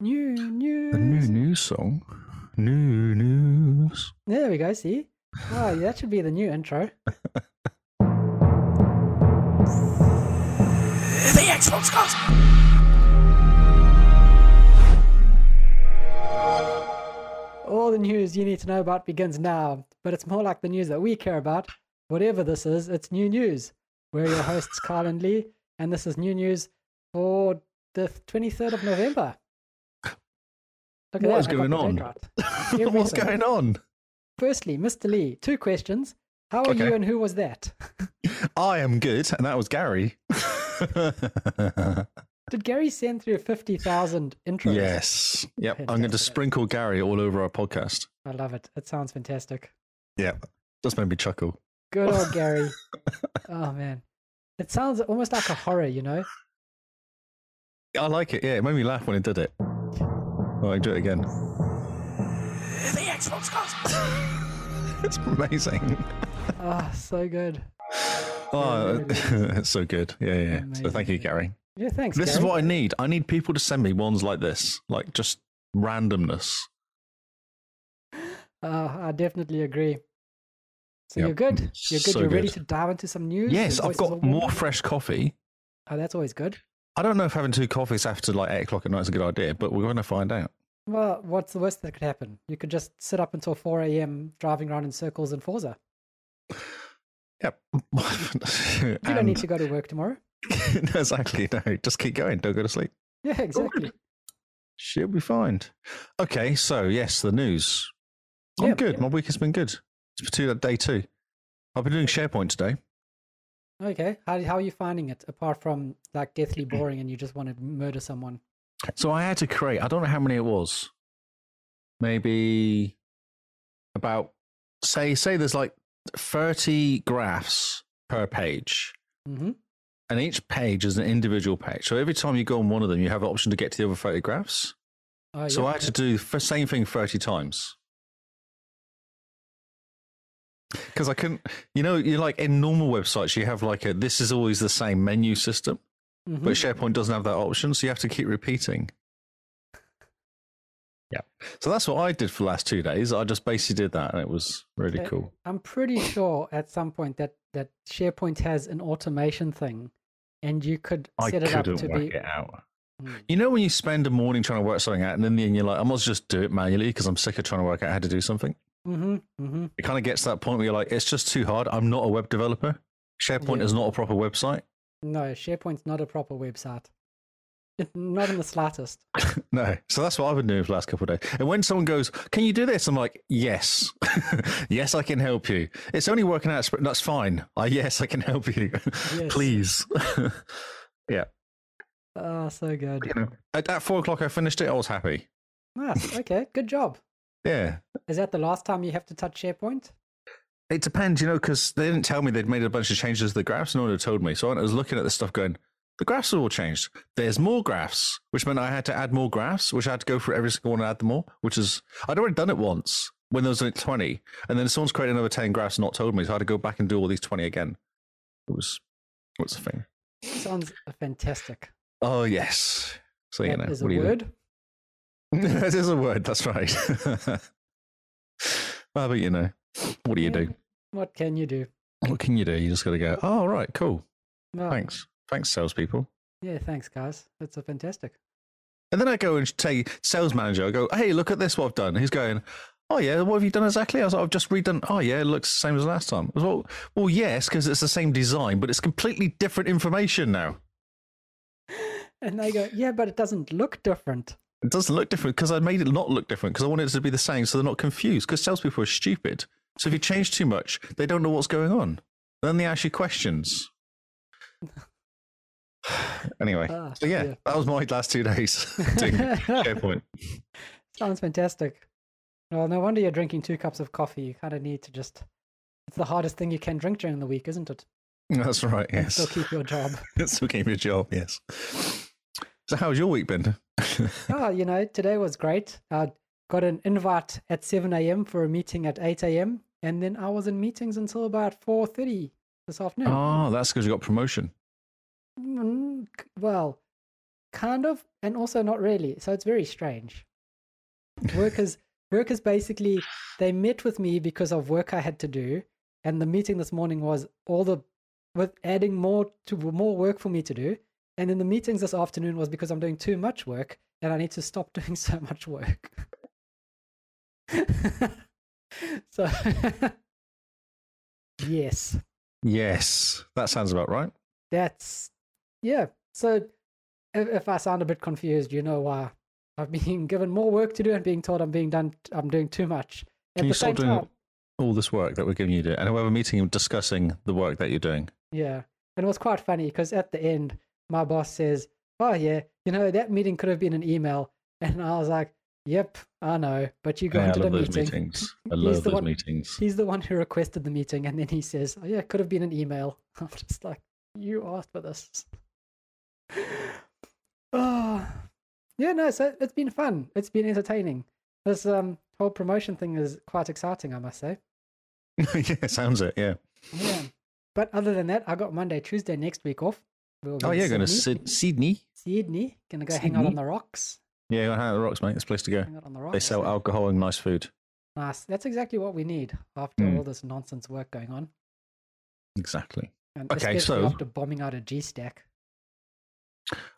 New The new news. news song. New news. There we go. See, wow, that should be the new intro. The Xbox Cast. All the news you need to know about begins now, but it's more like the news that we care about. Whatever this is, it's new news. We're your hosts, Carl and Lee, and this is new news for the 23rd of November. Look at What that, is I got going the date on? Everything. What's going on? Firstly, Mr. Lee, two questions. How are Okay. you and who was that? I am good, and that was Gary. Did Gary send through 50,000 intros? yes. Yep. I'm going to Fantastic. sprinkle Gary all over our podcast. I love it. It sounds fantastic. Yep. Just made me chuckle. Good old Gary. oh, man. It sounds almost like a horror, you know? I like it. Yeah, it made me laugh when it did it. Oh, I can do it again. The Xbox Cast. It's amazing. Ah, so good. Yeah, Oh, it really it's so good. Yeah, yeah. yeah. So thank you, Amazing. Gary. Yeah, thanks. This is Gary. what I need. I need people to send me ones like this, like just randomness. Uh, I definitely agree. So Yep. you're good. You're good. So you're ready good. to dive into some news. Yes, Your I've voice is all got warmed more up? fresh coffee. Oh, that's always good. I don't know if having two coffees after like eight o'clock at night is a good idea, but we're going to find out. Well, what's the worst that could happen? You could just sit up until 4 a.m. driving around in circles in Forza. Yep. you You don't need to go to work tomorrow. exactly. No, just keep going. Don't go to sleep. Yeah, exactly. She'll be fine. Okay, so yes, the news. I'm Yeah, good. yeah. My week has been good. It's been two, uh, day two. I've been doing SharePoint today. Okay. How, how are you finding it apart from like deathly boring and you just want to murder someone? So I had to create, I don't know how many it was. Maybe about, say, say there's like 30 graphs per page. hmm and each page is an individual page. So every time you go on one of them, you have the option to get to the other photographs. Oh, so yeah. I had to do the same thing 30 times. Because I couldn't, you know, you're like in normal websites, you have like a this is always the same menu system, Mhm. but SharePoint doesn't have that option. So you have to keep repeating. Yeah. So that's what I did for the last two days. I just basically did that and it was really Uh, cool. I'm pretty sure at some point that that SharePoint has an automation thing, and you could I set it up couldn't to work be. it out. Mm. You know when you spend a morning trying to work something out, and then you're like, I must just do it manually because I'm sick of trying to work out how to do something. hmm hmm It kind of gets to that point where you're like, it's just too hard. I'm not a web developer. SharePoint Yeah. is not a proper website. No, SharePoint's not a proper website. It- Not in the slightest. No, so that's what I've been doing for the last couple of days. And when someone goes, "Can you do this?" I'm like, "Yes, yes, I can help you." It's only working out. sp- That's fine. I yes, I can help you. Yes. Please. Oh, so good. you know, at, at four o'clock, I finished it. I was happy. Nice. Okay. Good job. Yeah, Is that the last time you have to touch SharePoint? It depends, you know, because they didn't tell me they'd made a bunch of changes to the graphs. No one had told me. So I was looking at this stuff going, the graphs are all changed. There's more graphs, which meant I had to add more graphs, which I had to go through every single one and add them all, which is, I'd already done it once when there was only 20. And then someone's created another 10 graphs and not told me. So I had to go back and do all these 20 again. It was, what's the thing? Sounds uh, fantastic. Oh, yes. So, you That know, is what a do you do? word. that is a word. That's right. well, but you know, what do you do? What can you do? What can you do? You just got to go, oh, right, cool. Well, Thanks. Thanks, salespeople. Yeah. Thanks, guys. That's a fantastic. And then I go and tell sales manager, I go, hey, look at this, what I've done. He's going, oh, yeah, what have you done exactly? I was like, I've just redone. Oh, yeah, it looks the same as last time. I was like, well, yes, because it's the same design, but it's completely different information now. And they go, yeah, but it doesn't look different. It doesn't look different because I made it not look different because I wanted it to be the same so they're not confused because salespeople are stupid. So if you change too much, they don't know what's going on. Then they ask you questions. anyway, Ah, so yeah, yeah. that was my last two days doing SharePoint. Sounds fantastic. Well, no wonder you're drinking two cups of coffee. You kind of need to just. It's the hardest thing you can drink during the week, isn't it? That's right, And still yes. keep your job. Still keep your job, yes. So, how's your week been? oh, you know, today was great. I got an invite at 7 a.m. for a meeting at 8 a.m. And then I was in meetings until about 4.30 Ah, this afternoon. oh, that's because you got promotion. Mm, c- Well, kind of, and also not really. So it's very strange. Workers, workers basically they met with me because of work I had to do, and the meeting this morning was all the with adding more to more work for me to do, and then the meetings this afternoon was because I'm doing too much work and I need to stop doing so much work. so, yes, Yes, that sounds about right. that's yeah. So, if, if I sound a bit confused, you know why I've been given more work to do and being told I'm being done. I'm doing too much. At Can you the stop same doing time, all this work that we're giving you to do? And we have a meeting and discussing the work that you're doing. Yeah. And it was quite funny because at the end, my boss says, Oh, yeah, you know, that meeting could have been an email. And I was like, Yep, I know, but you go Yeah, I into the love those meeting. meetings. I He's the love those one- meetings. He's the one who requested the meeting. And then he says, Oh, yeah, it could have been an email. I'm just like, You asked for this. oh, yeah, no, so it's been fun. It's been entertaining. This um, whole promotion thing is quite exciting, I must say. yeah, sounds it. Yeah. Yeah. But other than that, I got Monday, Tuesday next week off. We'll Oh, yeah, going to Sydney. Syd- Sydney. Sydney. Gonna go hang out on Sydney. the rocks. Yeah, you're on the rocks, mate. It's a place to go. Hang out on the rocks. They sell alcohol and nice food. Nice. That's exactly what we need after Mm. all this nonsense work going on. Exactly. And Okay, especially so- after bombing out a G stack.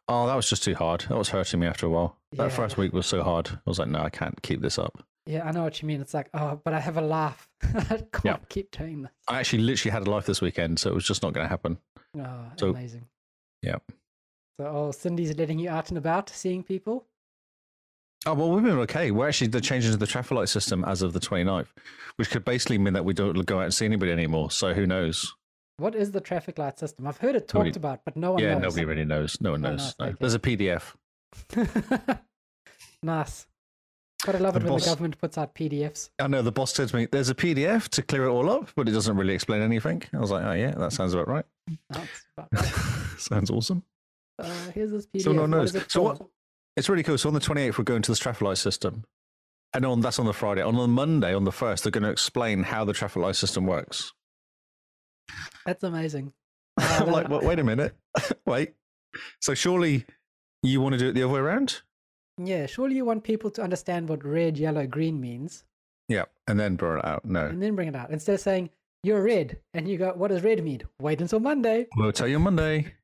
Oh, that was just too hard. That was hurting me after a while. Yeah, that first yeah. week was so hard. I was like, no, I can't keep this up. Yeah, I know what you mean. It's like, oh, but I have a laugh. I can't keep doing this. I actually literally had a life this weekend, so it was just not going to happen. Oh, So- amazing. yeah. So, oh, Cindy's letting you out and about, seeing people. Oh, well, we've been okay. We're actually, they're changing to the traffic light system as of the 29th, which could basically mean that we don't go out and see anybody anymore. So who knows? What is the traffic light system? I've heard it talked Nobody- about, but no one yeah, knows. nobody really knows. No one Oh, knows. nice, No. okay. There's a PDF. nice. But I love it The when boss- the government puts out PDFs. I know the boss said to me, there's a PDF to clear it all up, but it doesn't really explain anything. I was like, oh, yeah, that sounds about right. That's about sounds awesome. Oh, Uh, here's this PDF. So no one What is knows. it So called? what- It's really cool. So on the 28th, we're going to this traffic light system. And on that's on the Friday. On the Monday, on the 1st, they're going to explain how the traffic light system works. That's amazing. Uh, I'm like, then- well, wait a minute. wait. So surely you want to do it the other way around? Yeah, surely you want people to understand what red, yellow, green means, Yeah. And then burn it out. No. and then bring it out instead of saying you're red, and you go, "What does red mean?" Wait until Monday. We'll tell you on Monday.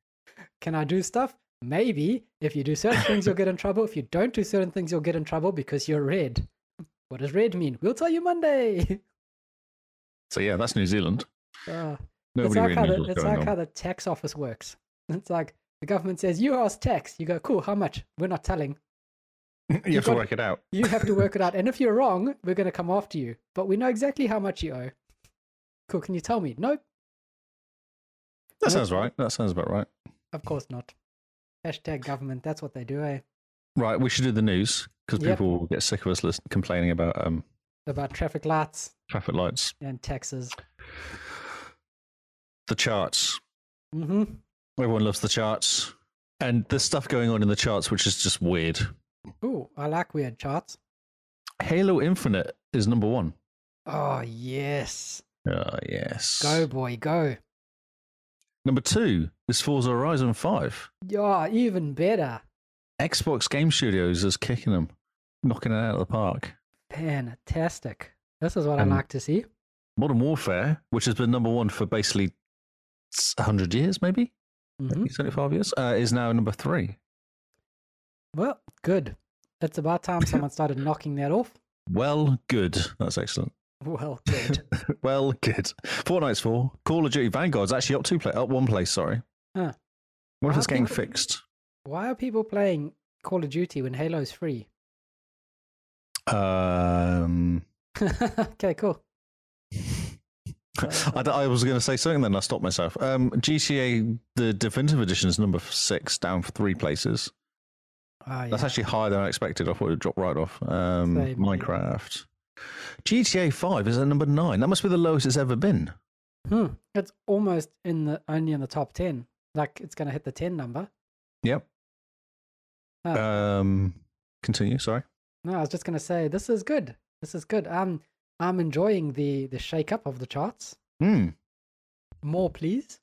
Can I do stuff? Maybe. If you do certain things, you'll get in trouble. If you don't do certain things, you'll get in trouble because you're red. What does red mean? We'll tell you Monday. So yeah, that's New Zealand. Uh, it's Nobody like, really how knows the, what's it's going like on. how the tax office works. It's like the government says, "You owe us tax." You go, "Cool, how much?" We're not telling. you have to got- work it out. You have to work it out. And if you're wrong, we're going to come after you. But we know exactly how much you owe. Cool. Can you tell me? Nope. That sounds right. That sounds about right. Of course not. Hashtag government. That's what they do, eh? Right, we should do the news because Yep. people will get sick of us listen, complaining about um, About traffic lights traffic lights. and taxes. The charts. Mm-hmm. Everyone loves the charts. And there's stuff going on in the charts which is just weird. Ooh, I like weird charts. Halo Infinite is number one. Oh, yes. Oh, yes. Go, boy, go. Number two is Forza Horizon 5. Yeah, even better. Xbox Game Studios is kicking them, knocking it out of the park. Fantastic. This is what And- I like to see. Modern Warfare, which has been number one for basically s- 100 years, maybe Mm-hmm. 75 years, uh, is now number three. Well, good. It's about time someone started knocking that off. Well, good. That's excellent. Well, good. Well, good. Fortnite's four. Call of Duty Vanguard's actually up two pla up one place. Sorry. Huh. What if I it's getting think- fixed? Why are people playing Call of Duty when Halo's free? Um, okay, cool. I, d- I was going to say something, then I stopped myself. Um, GTA the definitive edition is number six, down for three places. Ah, yeah. That's actually higher than I expected. I thought it would drop right off. Um, Same, yeah. Minecraft. GTA Five is at number nine. That must be the lowest it's ever been. Hmm. It's almost in the only in the top ten. Like it's gonna hit the ten number. Yep. Oh. Um, continue. Sorry. No, I was just gonna say this is good. This is good. Um, I'm enjoying the the shake up of the charts. Hmm. More, please.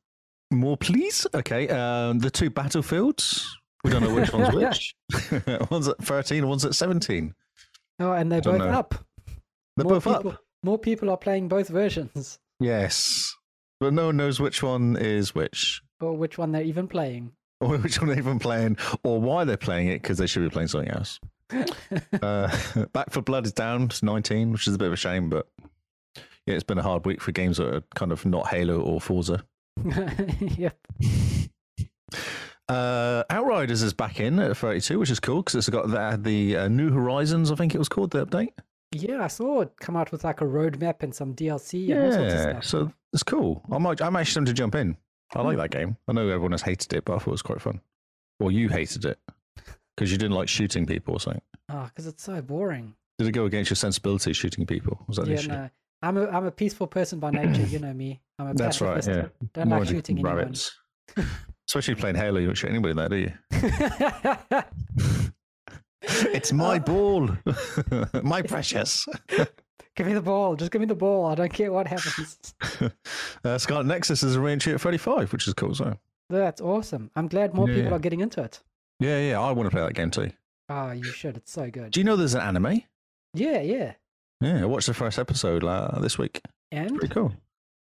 More, please. Okay. Um, the two battlefields We don't know which one's which. one's at 13, one's at 17. Oh, and they're Don't both know. up. They're more both people, up. More people are playing both versions, Yes. But no one knows which one is which, or which one they're even playing. or which one they're even playing, or why they're playing it, because they should be playing something else. uh, Back for Blood is down to 19, which is a bit of a shame, but yeah, it's been a hard week for games that are kind of not Halo or Forza. yep. Uh, Outriders is back in at 32, which is cool because it's got the, the uh, New Horizons, I think it was called, the update. Yeah, I saw it come out with like a roadmap and some DLC and all sorts of stuff. so it's cool. I might, I might ask them to jump in. I like that game. I know everyone has hated it, but I thought it was quite fun. Well, you hated it because you didn't like shooting people or something. Oh, because it's so boring. Did it go against your sensibility shooting people? Was that the Yeah, issue? no. I'm a I'm a peaceful person by nature, you know me. I'm a That's right. pacifist. Yeah, Don't More like into shooting anyone. rabbits. Especially playing Halo, you don't shoot anybody in there, do you? It's Oh. my ball, my precious. give me the ball. Just give me the ball. I don't care what happens. Uh, Scarlet Nexus is a reentry at 35, which is cool. So, That's awesome. I'm glad more people Yeah. are getting into it. yeah, yeah, I want to play that game too. Ah, you should. It's so good. Do you know there's an anime? Yeah, yeah. Yeah, I watched the first episode uh, this week. And pretty cool.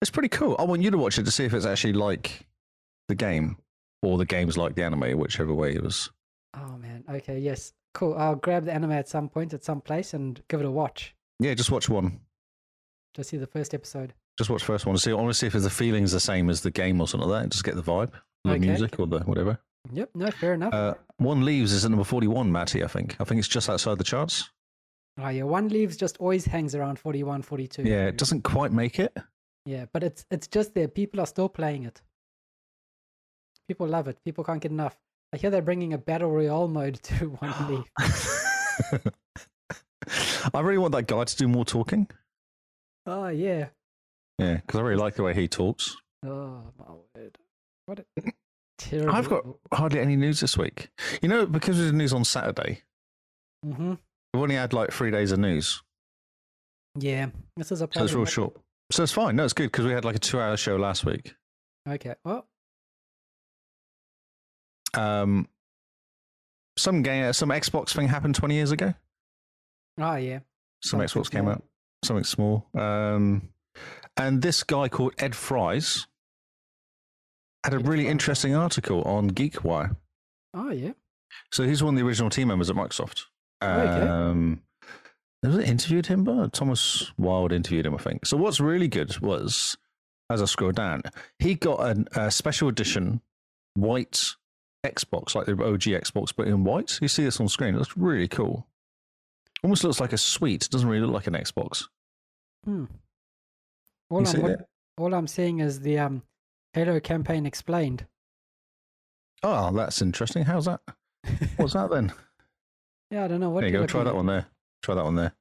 It's pretty cool. I want you to watch it to see if it's actually like the game or the game's like the anime, whichever way it was. oh man, okay, yes, cool. I'll grab the anime at some point, at some place, and give it a watch. Yeah, just watch one. Just see the first episode. Just watch the first one to see. I want to see if the feeling's the same as the game or something like that. Just get the vibe, the Okay. music or the whatever. Yep. No, fair enough. Uh, one leaves is at number forty-one, Matty. I think. I think it's just outside the charts. oh yeah, one leaves just always hangs around 41, 42. Yeah, it doesn't quite make it. Yeah, but it's it's just there. People are still playing it. People love it. People can't get enough. I hear they're bringing a battle royale mode to one leaf. I really want that guy to do more talking. Oh yeah. Yeah, because I really like the way he talks. Oh my word. What a terrible. I've got hardly any news this week. You know, because we did news on Saturday, hmm we've only had like three days of news, Yeah, this is a so problem. it's real short. So it's fine. No, it's good because we had like a two-hour show last week. Okay. oh, Well, Um, some game, some Xbox thing happened twenty years ago. oh yeah. Some Something Xbox came small. out, something small. Um, and this guy called Ed Fries had a Ed really Fries. interesting article on GeekWire. Oh yeah. So he's one of the original team members at Microsoft. Oh, Okay. Um, was it interviewed him, but Thomas Wilde interviewed him, I think. So what's really good was, as I scroll down, he got an, a special edition white Xbox, like the OG Xbox, but in white. You see this on screen. It looks really cool. Almost looks like a suite. It doesn't really look like an Xbox. Hmm. All You I'm see wa- that? all I'm seeing is the um, Halo campaign explained. Oh, that's interesting. How's that? What's that then? Yeah, I don't know what. there you you're go. Try looking that at. one there. Try that one there.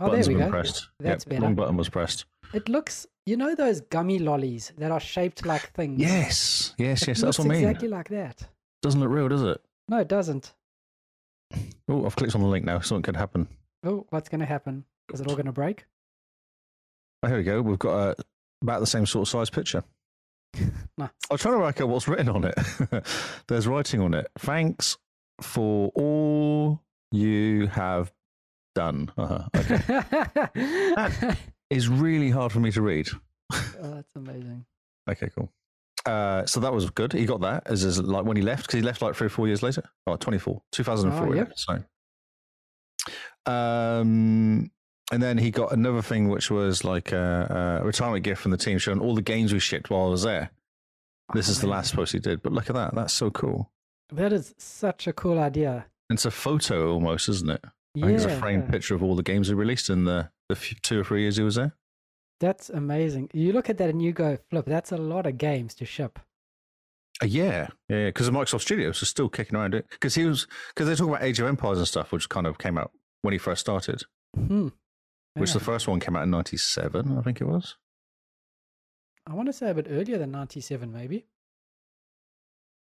Oh, Buttons there we have go. been pressed. That's yep, better. One button was pressed. It looks, you know, those gummy lollies that are shaped like things. Yes, yes, It yes. looks That's what I mean. Exactly like that. Doesn't look real, does it? No, it doesn't. Oh, I've clicked on the link now. Something could happen. Oh, what's going to happen? Is it all going to break? Oh, here we go. We've got uh, about the same sort of size picture. Nice. I was trying to work out what's written on it. There's writing on it. Thanks for all you have done. Uh-huh. Okay. it's really hard for me to read. oh, that's amazing. Okay, cool. Uh, so that was good. He got that as, as like when he left because he left like three or four years later. Oh, 24, 2004. Oh, he yeah. left, so. Um, and then he got another thing, which was like a, a retirement gift from the team showing all the games we shipped while I was there. This Oh, is the man. last post he did, but look at that. That's so cool. That is such a cool idea. It's a photo almost, isn't it? Yeah, I think it's a framed picture of all the games he released in the, the few, two or three years he was there. that's amazing. You look at that and you go, "Flip! That's a lot of games to ship." Uh, yeah, yeah, because the Microsoft Studios is still kicking around it because he was because they talk about Age of Empires and stuff, which kind of came out when he first started, Hmm. which Yeah. the first one came out in '97, I think it was. I want to say a bit earlier than 97, maybe.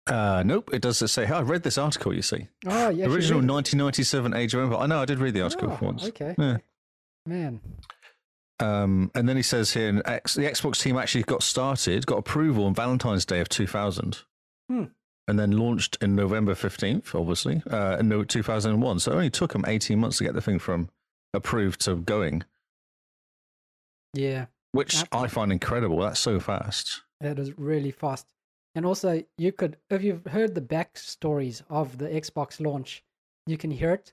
Uh, nope, it does say. Hey, I read this article. Ah, You Ah, see, Oh, yeah. original 1997 Age of Empires. I know I did read the article for once. Okay. Yeah. Oh, Man. Um, and then he says here, in X, the Xbox team actually got started, got approval on Valentine's Day of 2000, Hmm. and then launched in November 15th, obviously, uh, in no- 2001. So it only took them 18 months to get the thing from approved to going, Yeah, which Yep. I find incredible. That's so fast. that was really fast. And also, you could, if you've heard the backstories of the Xbox launch, you can hear it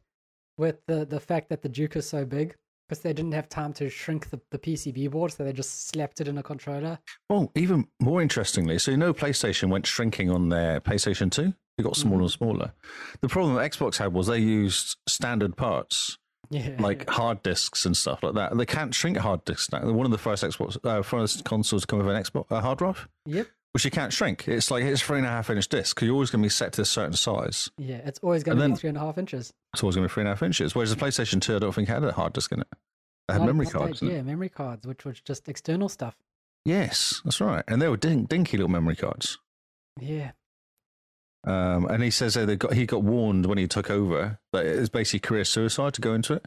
with the, the fact that the Duke is so big because they didn't have time to shrink the, the PCB board, so they just slapped it in a controller. Well, Oh, even more interestingly, so you know PlayStation went shrinking on their PlayStation 2? It got smaller Mm-hmm. and smaller. The problem that Xbox had was they used standard parts, Yeah, like hard disks and stuff like that. They can't shrink hard disks now. They're One of the first Xbox, uh, first consoles to come with an Xbox uh, hard drive, yep, which you can't shrink. It's like it's three and a half inch disk. You're always going to be set to a certain size. yeah, it's always going to be then- three and a half inches. It's always going to be three and a half inches. Whereas the PlayStation 2, I don't think had a hard disk in it. It had Not- memory not that- cards. in it. yeah, memory cards, which was just external stuff. Yes, that's right. And they were din- dinky little memory cards. Yeah, Um, and he says that they got, he got warned when he took over that it was basically career suicide to go into it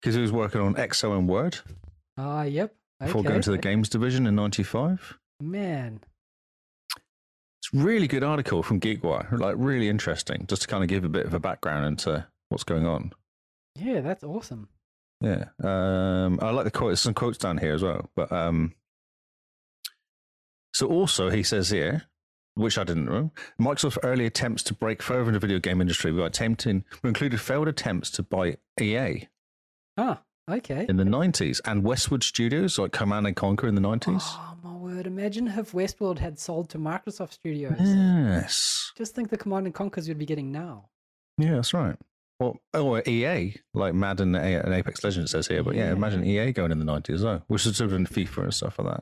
because he was working on Excel and Word ah, yep. before okay. going to the games division in '95. Man, It's a really good article from GeekWire, like really interesting, just to kind of give a bit of a background into what's going on. yeah, that's awesome. Yeah, um, I like the quotes. Some quotes down here as well, but um, so also he says here, which I didn't know, Microsoft's early attempts to break further in the video game industry were attempting were included failed attempts to buy EA Ah, okay. in the nineties and Westwood Studios, like Command and Conquer in the nineties. Oh my word! Imagine if Westworld had sold to Microsoft Studios. Yes, Just think the Command and Conquers we'd be getting now. yeah, that's right. Well, or EA, like Madden and Apex Legends says here, but yeah, Yeah. imagine EA going in the 90s, though, which is sort of in FIFA and stuff like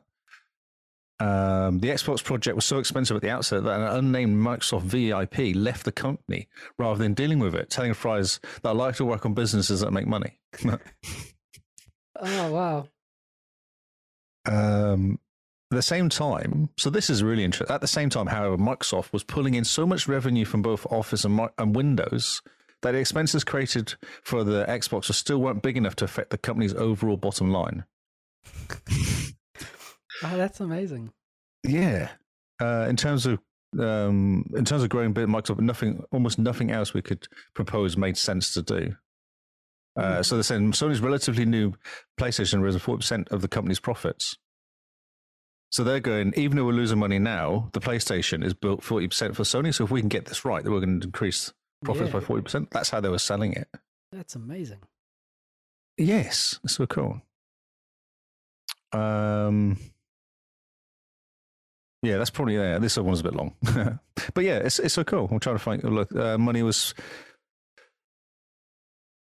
that. Um, the Xbox project was so expensive at the outset that an unnamed Microsoft VIP left the company rather than dealing with it, telling Fries that I like to work on businesses that make money. Oh wow! Um, at the same time, so this is really interesting. At the same time, however, Microsoft was pulling in so much revenue from both Office and, Mi- and Windows that the expenses created for the Xbox were still weren't big enough to affect the company's overall bottom line. Oh, that's amazing. Yeah. Uh, in terms of um, in terms of growing bit Microsoft, nothing, almost nothing else we could propose made sense to do. Uh, so they're saying Sony's relatively new PlayStation raises forty percent of the company's profits. So they're going, even though we're losing money now, the PlayStation is built forty percent for Sony. So if we can get this right, then we're going to increase profits Yeah. by forty percent. That's how they were selling it. That's amazing. Yes, that's so cool. Um, yeah, that's probably there. This other one's a bit long, but yeah, it's it's so cool. I'm trying to find. Look, uh, money was.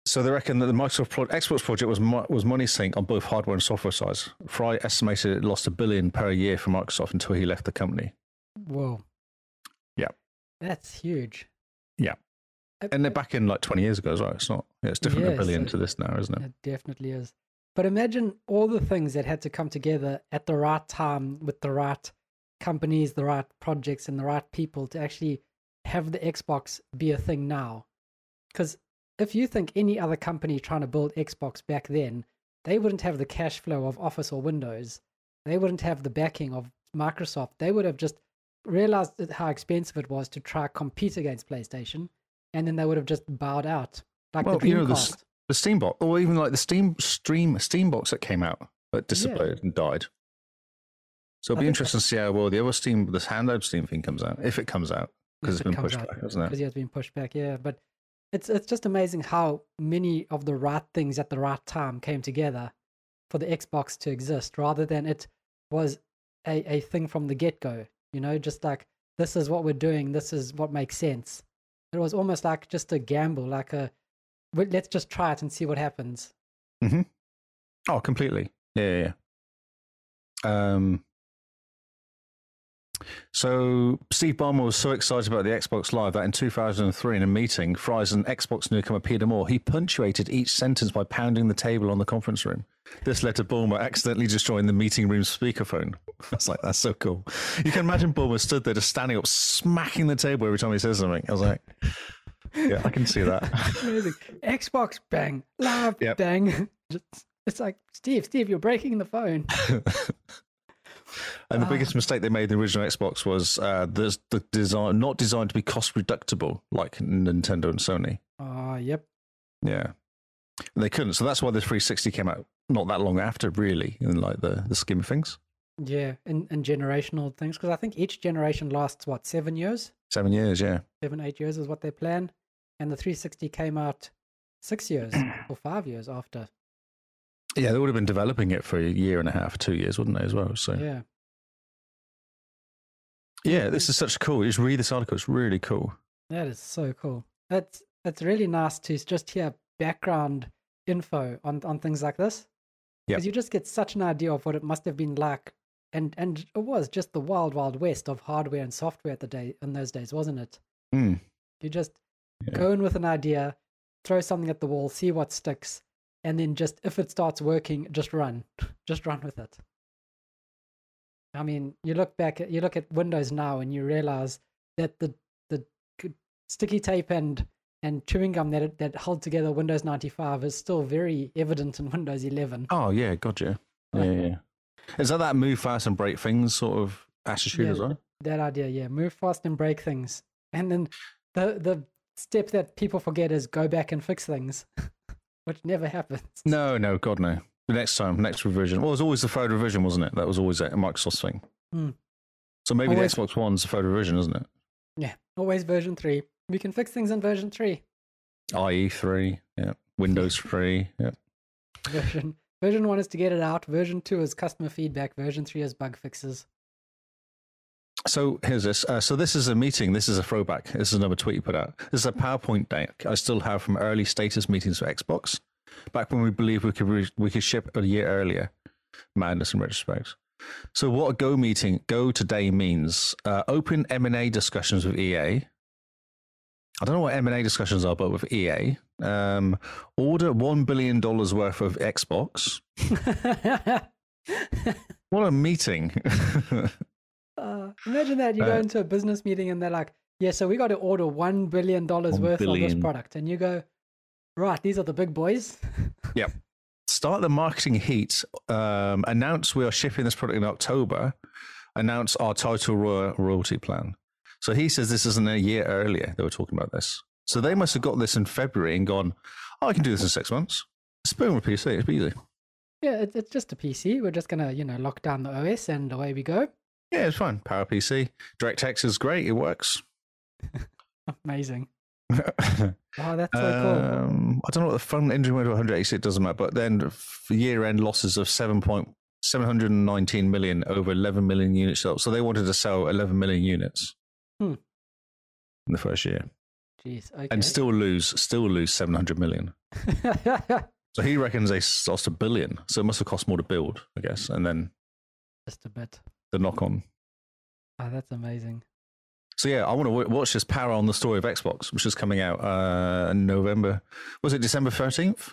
So they reckon that the Microsoft pro- Xbox project was mo- was money sink on both hardware and software sides. Fry estimated it lost a billion per year for Microsoft until he left the company. Whoa. Yeah. That's huge. Yeah. Uh, And they're uh, back in like 20 years ago as well. It's not. Yeah, it's different than Yeah, a billion so- to this now, isn't it? It definitely is. But imagine all the things that had to come together at the right time with the right companies, the right projects, and the right people to actually have the Xbox be a thing now. Because if you think any other company trying to build Xbox back then, they wouldn't have the cash flow of Office or Windows. They wouldn't have the backing of Microsoft. They would have just realized that how expensive it was to try compete against PlayStation, and then they would have just bowed out. Like Well, the Dreamcast. you know, the s- the Steam box, or even like the Steam Stream Steam box that came out that dissipated and died. I So it'll be think interesting to see how well the other Steam, this handheld Steam thing comes out, if it comes out, because If it's it been comes pushed out, back, hasn't because it? he has been pushed back. Yeah, but it's it's just amazing how many of the right things at the right time came together for the Xbox to exist, rather than it was a, a thing from the get go. You know, just like this is what we're doing, this is what makes sense. It was almost like just a gamble, like a "Well, let's just try it and see what happens. Oh, completely. Yeah, yeah, yeah. Um, so Steve Ballmer was so excited about the Xbox Live that in 2003, in a meeting, Fries and Xbox newcomer Peter Moore, he punctuated each sentence by pounding the table on the conference room. This led to Ballmer accidentally destroying the meeting room's speakerphone. It's like that's so cool. You can imagine Ballmer stood there just standing up, smacking the table every time he says something. I was like, yeah, I can see that. Amazing. Xbox bang, live Yep. bang. just, It's like, Steve, Steve, you're breaking the phone. And the Ah. biggest mistake they made in the original Xbox was uh, the, the design not designed to be cost reductible like Nintendo and Sony. Ah, yep. Yeah, and they couldn't. So that's why the 360 came out not that long after, really, in like the the scheme of things. Yeah. And, and generational things. Because I think each generation lasts, what, seven years? Seven years, yeah. seven, eight years is what they plan. And the 360 came out six years or five years after. Yeah, they would have been developing it for a year and a half, two years, wouldn't they, as well? So yeah, Yeah. this is such cool. Just read this article; it's really cool. That is so cool. That's that's really nice to s- just hear background info on, on things like this. Yep. Because you just get such an idea of what it must have been like. And and it was just the wild, wild west of hardware and software at the day in those days, wasn't it? Mm. You just Yeah. go in with an idea, throw something at the wall, see what sticks, and then just if it starts working, just run, just run with it. I mean, you look back, at, you look at Windows now, and you realize that the the c- sticky tape and and chewing gum that it, that held together Windows ninety five is still very evident in Windows eleven. Oh yeah, gotcha. Yeah, yeah. yeah. Is that that move fast and break things sort of attitude Yeah. as well? That idea, yeah, move fast and break things, and then the the step that people forget is go back and fix things, which never happens. No, no, God, no. The next time, next revision. Well, it was always the third revision, wasn't it? That was always a Microsoft thing. Hmm. So maybe Always. the Xbox One's the third revision, isn't it? Yeah, always version three. We can fix things in version three. IE E three, yeah. Windows three, yeah. Version version one is to get it out. Version two is customer feedback. Version three is bug fixes. So here's this. Uh, so this is a meeting. This is a throwback. This is another tweet you put out. This is a PowerPoint deck I still have from early status meetings for Xbox, back when we believed we could re- we could ship a year earlier. Madness in retrospect. So what a Go meeting Go today means? Uh, open M and A discussions with EA. I don't know what M and A discussions are, but with EA, um, order one billion dollars worth of Xbox. What a meeting! uh, imagine that you go Uh, into a business meeting and they're like, "Yeah, so we got to order one billion dollars One worth of this billion. product," and you go, "Right, these are the big boys." start the marketing heat. Um, announce we are shipping this product in October. Announce our title roy- royalty plan. So he says this isn't a year earlier they were talking about this. So they must have got this in February and gone, oh, I can do this in six months. Spoon with PC, it'd be easy. yeah, it, it's just a PC. We're just gonna, you know, lock down the OS and away we go. Yeah, it's fine. Power PC. DirectX is great. It works. Amazing. Oh, that's so cool. Um, I don't know what the phone engine went to 186 doesn't matter, but then f- year-end losses of 7 point, 719 million over 11 million units sold. So they wanted to sell 11 million units Hmm. in the first year Jeez. Okay. and still lose, still lose 700 million. So he reckons they s- lost a billion. So it must have cost more to build, I guess, and then just a bit. the knock-on. Oh, that's amazing. So yeah, I want to w- watch this power on the story of Xbox, which is coming out uh, in November. Was it December 13th?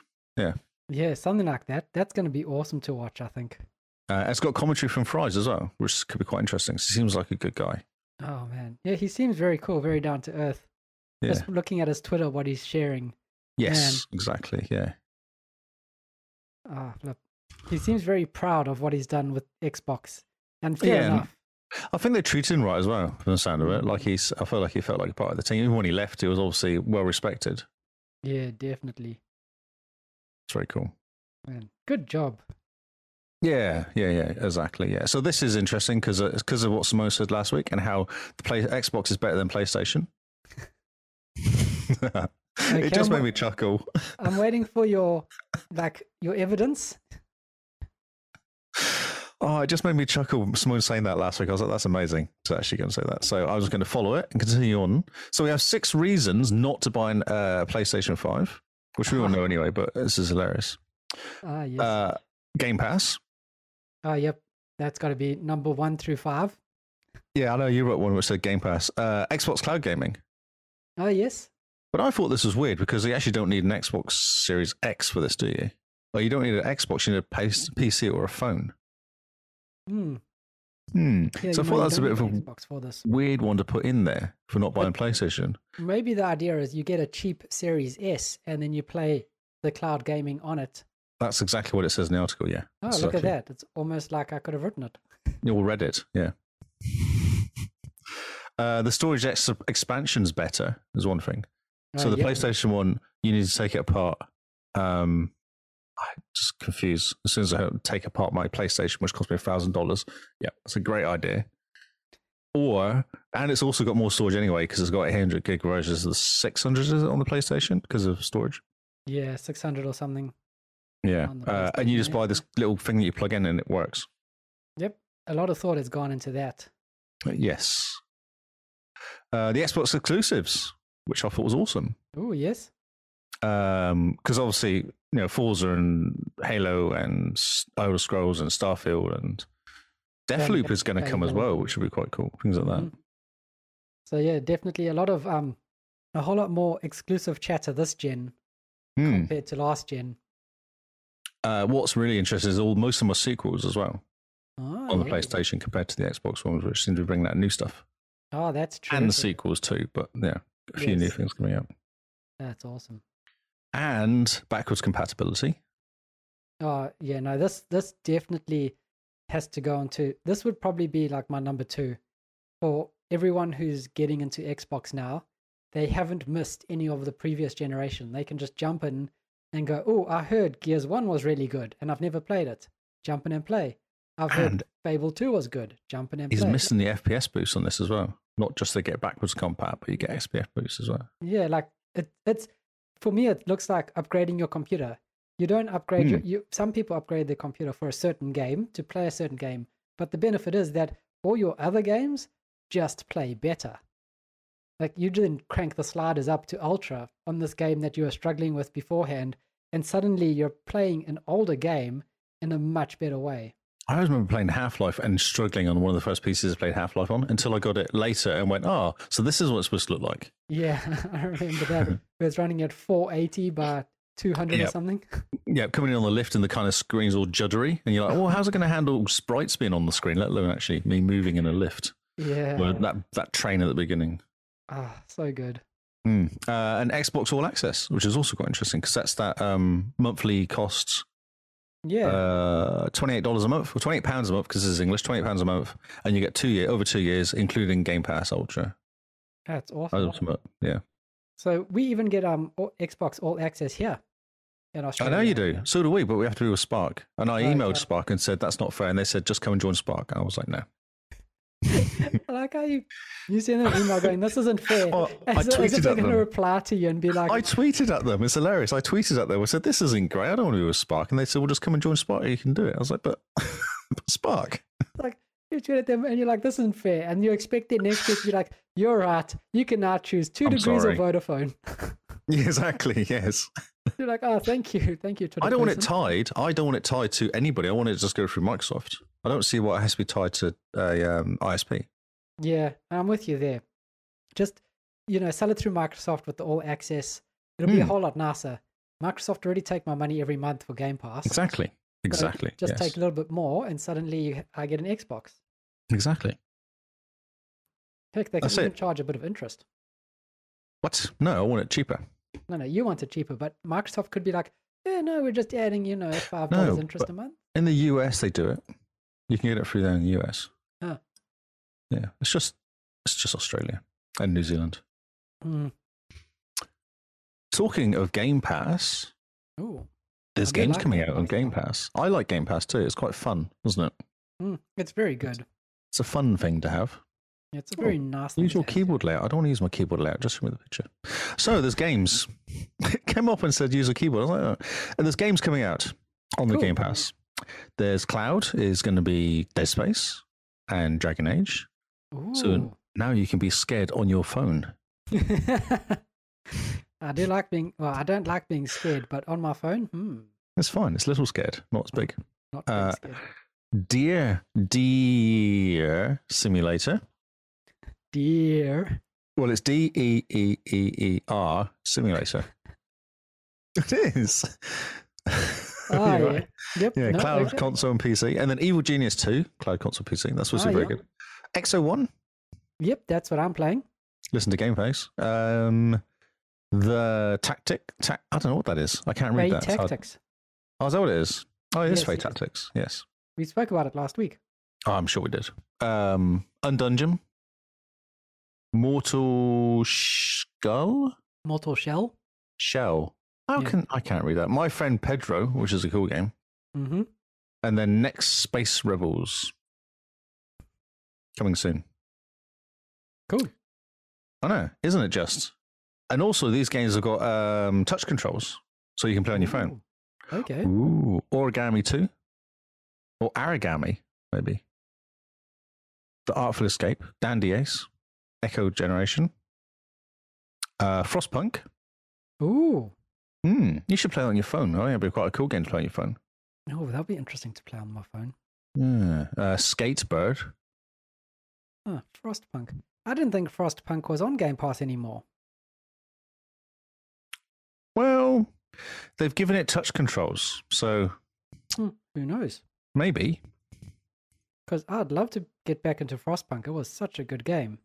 Yeah, something like that. That's going to be awesome to watch, I think. Uh, it's got commentary from Fries as well, which could be quite interesting. 'cause He seems like a good guy. Oh, man. Yeah, he seems very cool, very down to earth. Yeah. Just looking at his Twitter, what he's sharing. yes, exactly. Yeah. Ah, flip. He seems very proud of what he's done with Xbox. And fair Yeah, and- enough. I think they treated him right as well, from the sound of it. Like he's, I felt like he felt like a part of the team. Even when he left, he was obviously well respected. Yeah, definitely. It's very cool. Man, good job. Yeah, yeah, yeah, exactly. Yeah. So this is interesting because because of what Samoa said last week and how the play, Xbox is better than PlayStation. Okay, it just made well- me chuckle. I'm waiting for your, like, your evidence. Oh, it just made me chuckle. Someone saying that last week. I was like, that's amazing to actually go and say that. So I was going to follow it and continue on. So we have six reasons not to buy a uh, PlayStation 5, which we all know anyway, but this is hilarious. Ah, yes. Uh, Game Pass. oh, yep. That's got to be number one through five. Yeah, I know you wrote one which said Game Pass. Uh, Xbox Cloud Gaming. Oh, yes. But I thought this was weird because you actually don't need an Xbox Series X for this, do you? Well, you don't need an Xbox, you need a PS- PC or a phone. Hmm. Hmm. Yeah, so you I thought might- that was you a bit of don't a need an Xbox for this. weird one to put in there for not buying PlayStation. Maybe the idea is you get a cheap Series S and then you play the cloud gaming on it That's exactly what it says in the article. Yeah. Oh, It's look at lucky. that. It's almost like I could have written it. You all read it. Yeah. Uh, the storage ex- expansion's better is one thing. so Oh, the yeah. PlayStation One, you need to take it apart. Um, I just confused as soon as I heard, take apart my PlayStation, which cost me a thousand dollars. Yeah, that's a great idea. Or and it's also got more storage anyway because it's got 800 gig versus the 600 is it on the PlayStation because of storage. Yeah, 600 or something. Yeah, On the uh, and you PlayStation, just yeah. buy this little thing that you plug in and it works. Yep. A lot of thought has gone into that. Yes. Uh, the Xbox exclusives, which I thought was awesome. Oh, yes. because obviously you know Forza and Halo and S- Elder Scrolls and Starfield and Deathloop is going to come as well, which would be quite cool. Things like that. Mhm. So yeah, definitely a lot of um a whole lot more exclusive chatter this gen Hmm. compared to last gen. Uh, what's really interesting is all most of them are sequels as well Oh, on the yeah. PlayStation compared to the Xbox ones, which seem to be bringing out new stuff Oh, that's true. and the sequels too. But yeah, a few new Yes. things coming out That's awesome. and backwards compatibility. Oh yeah, no, this this definitely has to go into this would probably be like my number two for everyone who's getting into Xbox now. They haven't missed any of the previous generation. They can just jump in and go, Oh, I heard Gears One was really good and I've never played it. Jump in and play. I've heard And- Fable Two was good. Jump in and He's play. missing the FPS boost on this as well. Not just they get backwards compat, but you get XPF boost as well. Yeah, like it, it's for me, it looks like upgrading your computer. You don't upgrade Hmm. your, you. Some people upgrade their computer for a certain game to play a certain game, but the benefit is that all your other games just play better. Like you didn't crank the sliders up to ultra on this game that you were struggling with beforehand, and suddenly you're playing an older game in a much better way. I always remember playing Half Life and struggling on one of the first pieces I played Half Life on until I got it later and went, oh, so this is what it's supposed to look like. Yeah, I remember that. It was running at 480 by 200 or Yep. something. Yeah, coming in on the lift and the kind of screen's all juddery. And you're like, well, how's it going to handle sprites being on the screen, let alone actually me moving in a lift? Yeah. Well, that, that train at the beginning. Ah, so good. Hmm. Uh, and Xbox All Access, which is also quite interesting because that's that um, monthly cost Yeah. uh, $28 a month or £28 a month because this is English, £28 a month. And you get two year over two years, including Game Pass Ultra. That's awesome. Ultimate, yeah. So we even get um all- Xbox All Access here in I Australia. know you do. So do we, but we have to do with Spark. And I Oh, emailed okay. Spark and said that's not fair. And they said just come and join Spark. I was like, no. I like how you you send an email going, "This isn't fair." Oh, I as, if- as if tweeted they're at going to them. reply to you and be like, I tweeted at them. It's hilarious. I tweeted at them. I said this isn't great. I don't want to do with Spark. And they said, well, just come and join Spark. You can do it. I was like, but, but Spark. like you tweet at them and you're like, "This isn't fair," and you expect their next week to be like, "You're right. You can now choose 2 I'm degrees sorry. of Vodafone." Yeah, exactly. Yes. you're like, "Oh, thank you, thank you." Twitter I don't want it person." tied. I don't want it tied to anybody. I want it to just go through Microsoft. I don't see why it has to be tied to a um, ISP. Yeah, I'm with you there. Just you know, sell it through Microsoft with the All Access. It'll be a Hmm. whole lot nicer. Microsoft already take my money every month for Game Pass. Exactly. but I Exactly. Just yes. take a little bit more, and suddenly you, I get an Xbox. exactly. Heck, they can That's even it. charge a bit of interest. What? No, I want it cheaper. No, no, you want it cheaper, but Microsoft could be like, yeah, no, we're just adding, you know, five dollars No, interest a but- month. In the US, they do it. You can get it through there in the US. Huh. Yeah, it's just it's just Australia and New Zealand. Hmm. Talking of Game Pass, Ooh, there's I do games like coming Game out on Pass. Game Pass. I like Game Pass too. It's quite fun, isn't it? Hmm. it's very good. It's a fun thing to have. It's a Oh, very nice. thing Use your to have. keyboard layout. I don't want to use my keyboard layout. Just show me the picture. So there's games. It came up and said use a keyboard. I was like, oh. And there's games coming out on the Cool. Game Pass. There's Cloud is going to be Dead Space and Dragon Age. So Ooh. now you can be scared on your phone. I do like being. Well, I don't like being scared, but on my phone, hmm, It's fine. It's little scared, not as big. not being Uh, scared. Deer, deer simulator. Dear, Well, it's D E E E E R simulator. it is. oh, You're yeah. right. yep, Yeah, no, cloud okay. console and PC, and then Evil Genius Two, cloud console PC. That's supposed to Ah, be very yeah. good. Exo One, Yep, that's what I'm playing. listen to Game Pace. Um, the tactic, tac I don't know what that is. I can't read Ray that. It's hard. Tactics. Oh, is that what it is? Oh, it is Yes, Fate it is. Tactics. Yes. We spoke about it last week. Oh, I'm sure we did. Um, Undungeon. Mortal Skull? Mortal Shell. Shell. How Yeah. can I can't read that? My friend Pedro, which is a cool game, Mm-hmm. and then next Space Rebels coming soon. Cool. I know, isn't it just? And also, these games have got um, touch controls, so you can play on your phone. Ooh. Okay. Ooh, Origami Two, or Origami maybe. The Artful Escape, Dandy Ace, Echo Generation, uh, Frostpunk. Ooh. Hmm, you should play that on your phone. I think it'd be quite a cool game to play on your phone. Oh, that'd be interesting to play on my phone. Yeah. Uh, Skatebird. Huh, Frostpunk. I didn't think Frostpunk was on Game Pass anymore. Well, they've given it touch controls, so Hmm, who knows? maybe. Because I'd love to get back into Frostpunk. It was such a good game.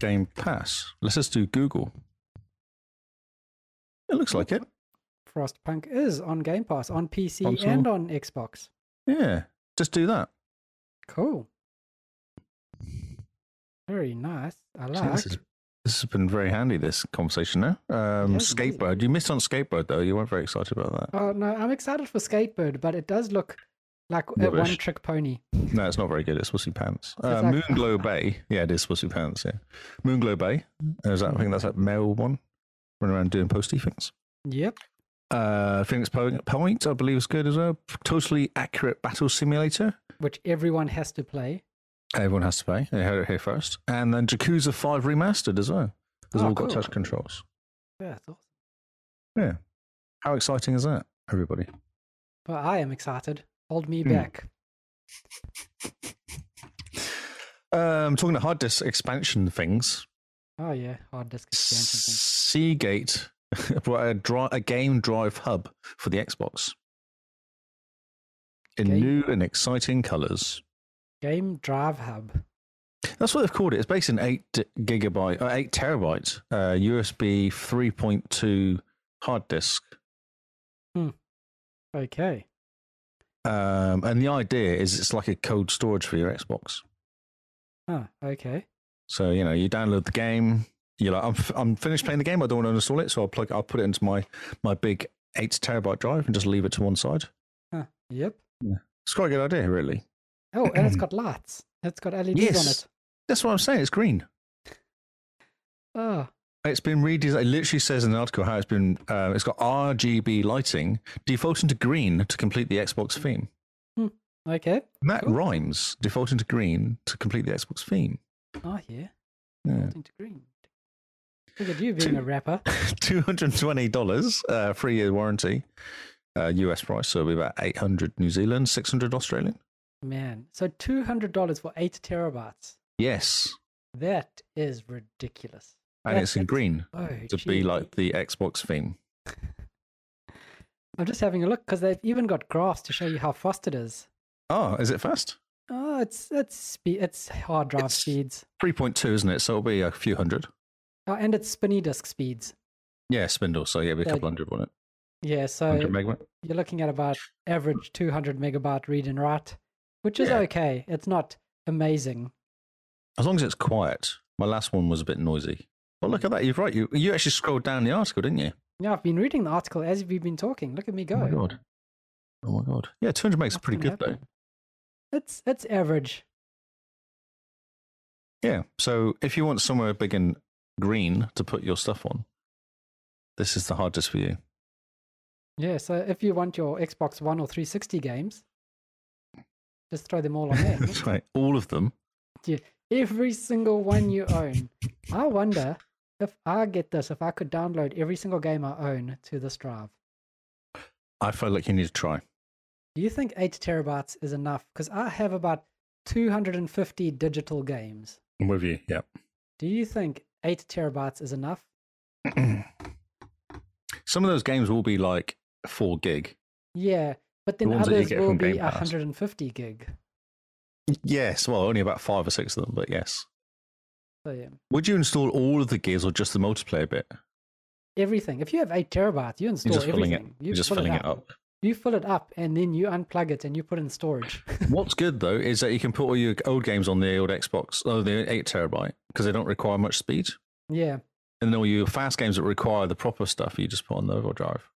Game Pass. Let's just do Google. It looks like it. Frostpunk is on Game Pass on PC Console. and on Xbox. Yeah, just do that. Cool. Very nice. I See, like. this, is- this has been very handy, this conversation now. Um, Yes, indeed. skateboard. You missed on Skateboard, though. You weren't very excited about Oh no, I'm excited for Skatebird, but it does look like a Rubbish. one-trick pony. that. No, it's not very good. It's Wussy Pants. Uh, It's like- Moonglow Bay. Yeah, it is Wussy Pants, yeah. Moonglow Bay. Is that, I think that's that male one. Running around doing posty things. Yep. Uh, Phoenix Po- Point, I believe, is good as well. Totally accurate battle simulator. Which everyone has to play. Everyone has to pay. They heard it here first. Ah, And then Jakuza 5 Remastered as well. It's Oh, all got cool. touch controls. Yeah, it's awesome. How exciting is that, everybody? But I am excited. Hold me Hmm. back. Um, talking to hard disk expansion things, Oh yeah, hard disk expansion thing. Seagate brought a, dri- a game drive hub for the Xbox in Game- new and exciting colors. Game Drive Hub. That's what they've called it. It's based on eight gigabyte, uh, eight terabyte uh, USB 3.2 hard disk. Okay. Um, and the idea is it's like a cold storage for your Xbox. Huh. Okay. So you know, you download the game. You're like, I'm, f- I'm finished playing the game. I don't want to install it, so I'll plug. I'll put it into my my big eight terabyte drive and just leave it to one side. Huh. Yep. It's quite a good idea, really. Oh, and it's got lights. It's got LEDs on Yes. it. That's what I'm saying. It's green. Oh, It's been redesigned. It literally says in the article how it's been. Uh, it's got RGB lighting, defaulting to green to complete the Xbox theme. okay. And that Cool. rhymes. Defaulting to green to complete the Xbox theme. Oh, yeah. Yeah. Something to green. Look at you being a rapper. Two hundred twenty dollars, uh, three year warranty, uh, US price. So it'll be about eight hundred New Zealand, six hundred Australian. Man. So $200 for 8 terabytes. Yes, That is ridiculous. and That- it's in that's- green Oh, to be gee. like the Xbox theme. I'm just having a look because they've even got graphs to show you how fast it is. Oh, is it fast? Oh, it's it's speed. It's hard drive It's- speeds. Three point two, isn't it? So it'll be a few hundred. Oh, and it's spinny disk speeds. Yeah, spindle. So yeah, it'll be a Yeah. couple hundred, won't it? Yeah, so Hundred megabyte. you're looking at about average 200 megabyte read and write, which is Yeah. okay. It's not amazing. As long as it's quiet. My last one was a bit noisy. Well, look at that. You're right. You you actually scrolled down the article, didn't you? Yeah, I've been reading the article as we've been talking. Look at me go. Oh my god. Oh my god. Yeah, two hundred megs is What's pretty gonna good though. happen? It's it's average. Yeah. So if you want somewhere big and green to put your stuff on, this is the hardest for you. Yeah, so if you want your Xbox One or 360 games, just throw them all on there. That's right. All of them. every single one you own. I wonder if I get this, if I could download every single game I own to this drive. I feel like you need to try. Do you think eight terabytes is enough? Because I have about 250 digital games. I'm with you. Yeah. Do you think eight terabytes is enough? Some of those games will be like four gig. Yeah, but The then ones that you others get will from be Game Pass. 150 gig. Yes. Well, only about five or six of them, but yes. So yeah, Would you install all of the gears or just the multiplayer bit? everything. If you have eight terabytes, you install You're just filling everything. it. You You're just fill filling it up. You fill it up and then you unplug it and you put it in storage. What's good though is that you can put all your old games on the old Xbox, oh, the eight terabyte, because they don't require much speed. yeah, And all your fast games that require the proper stuff, you just put on the overall drive.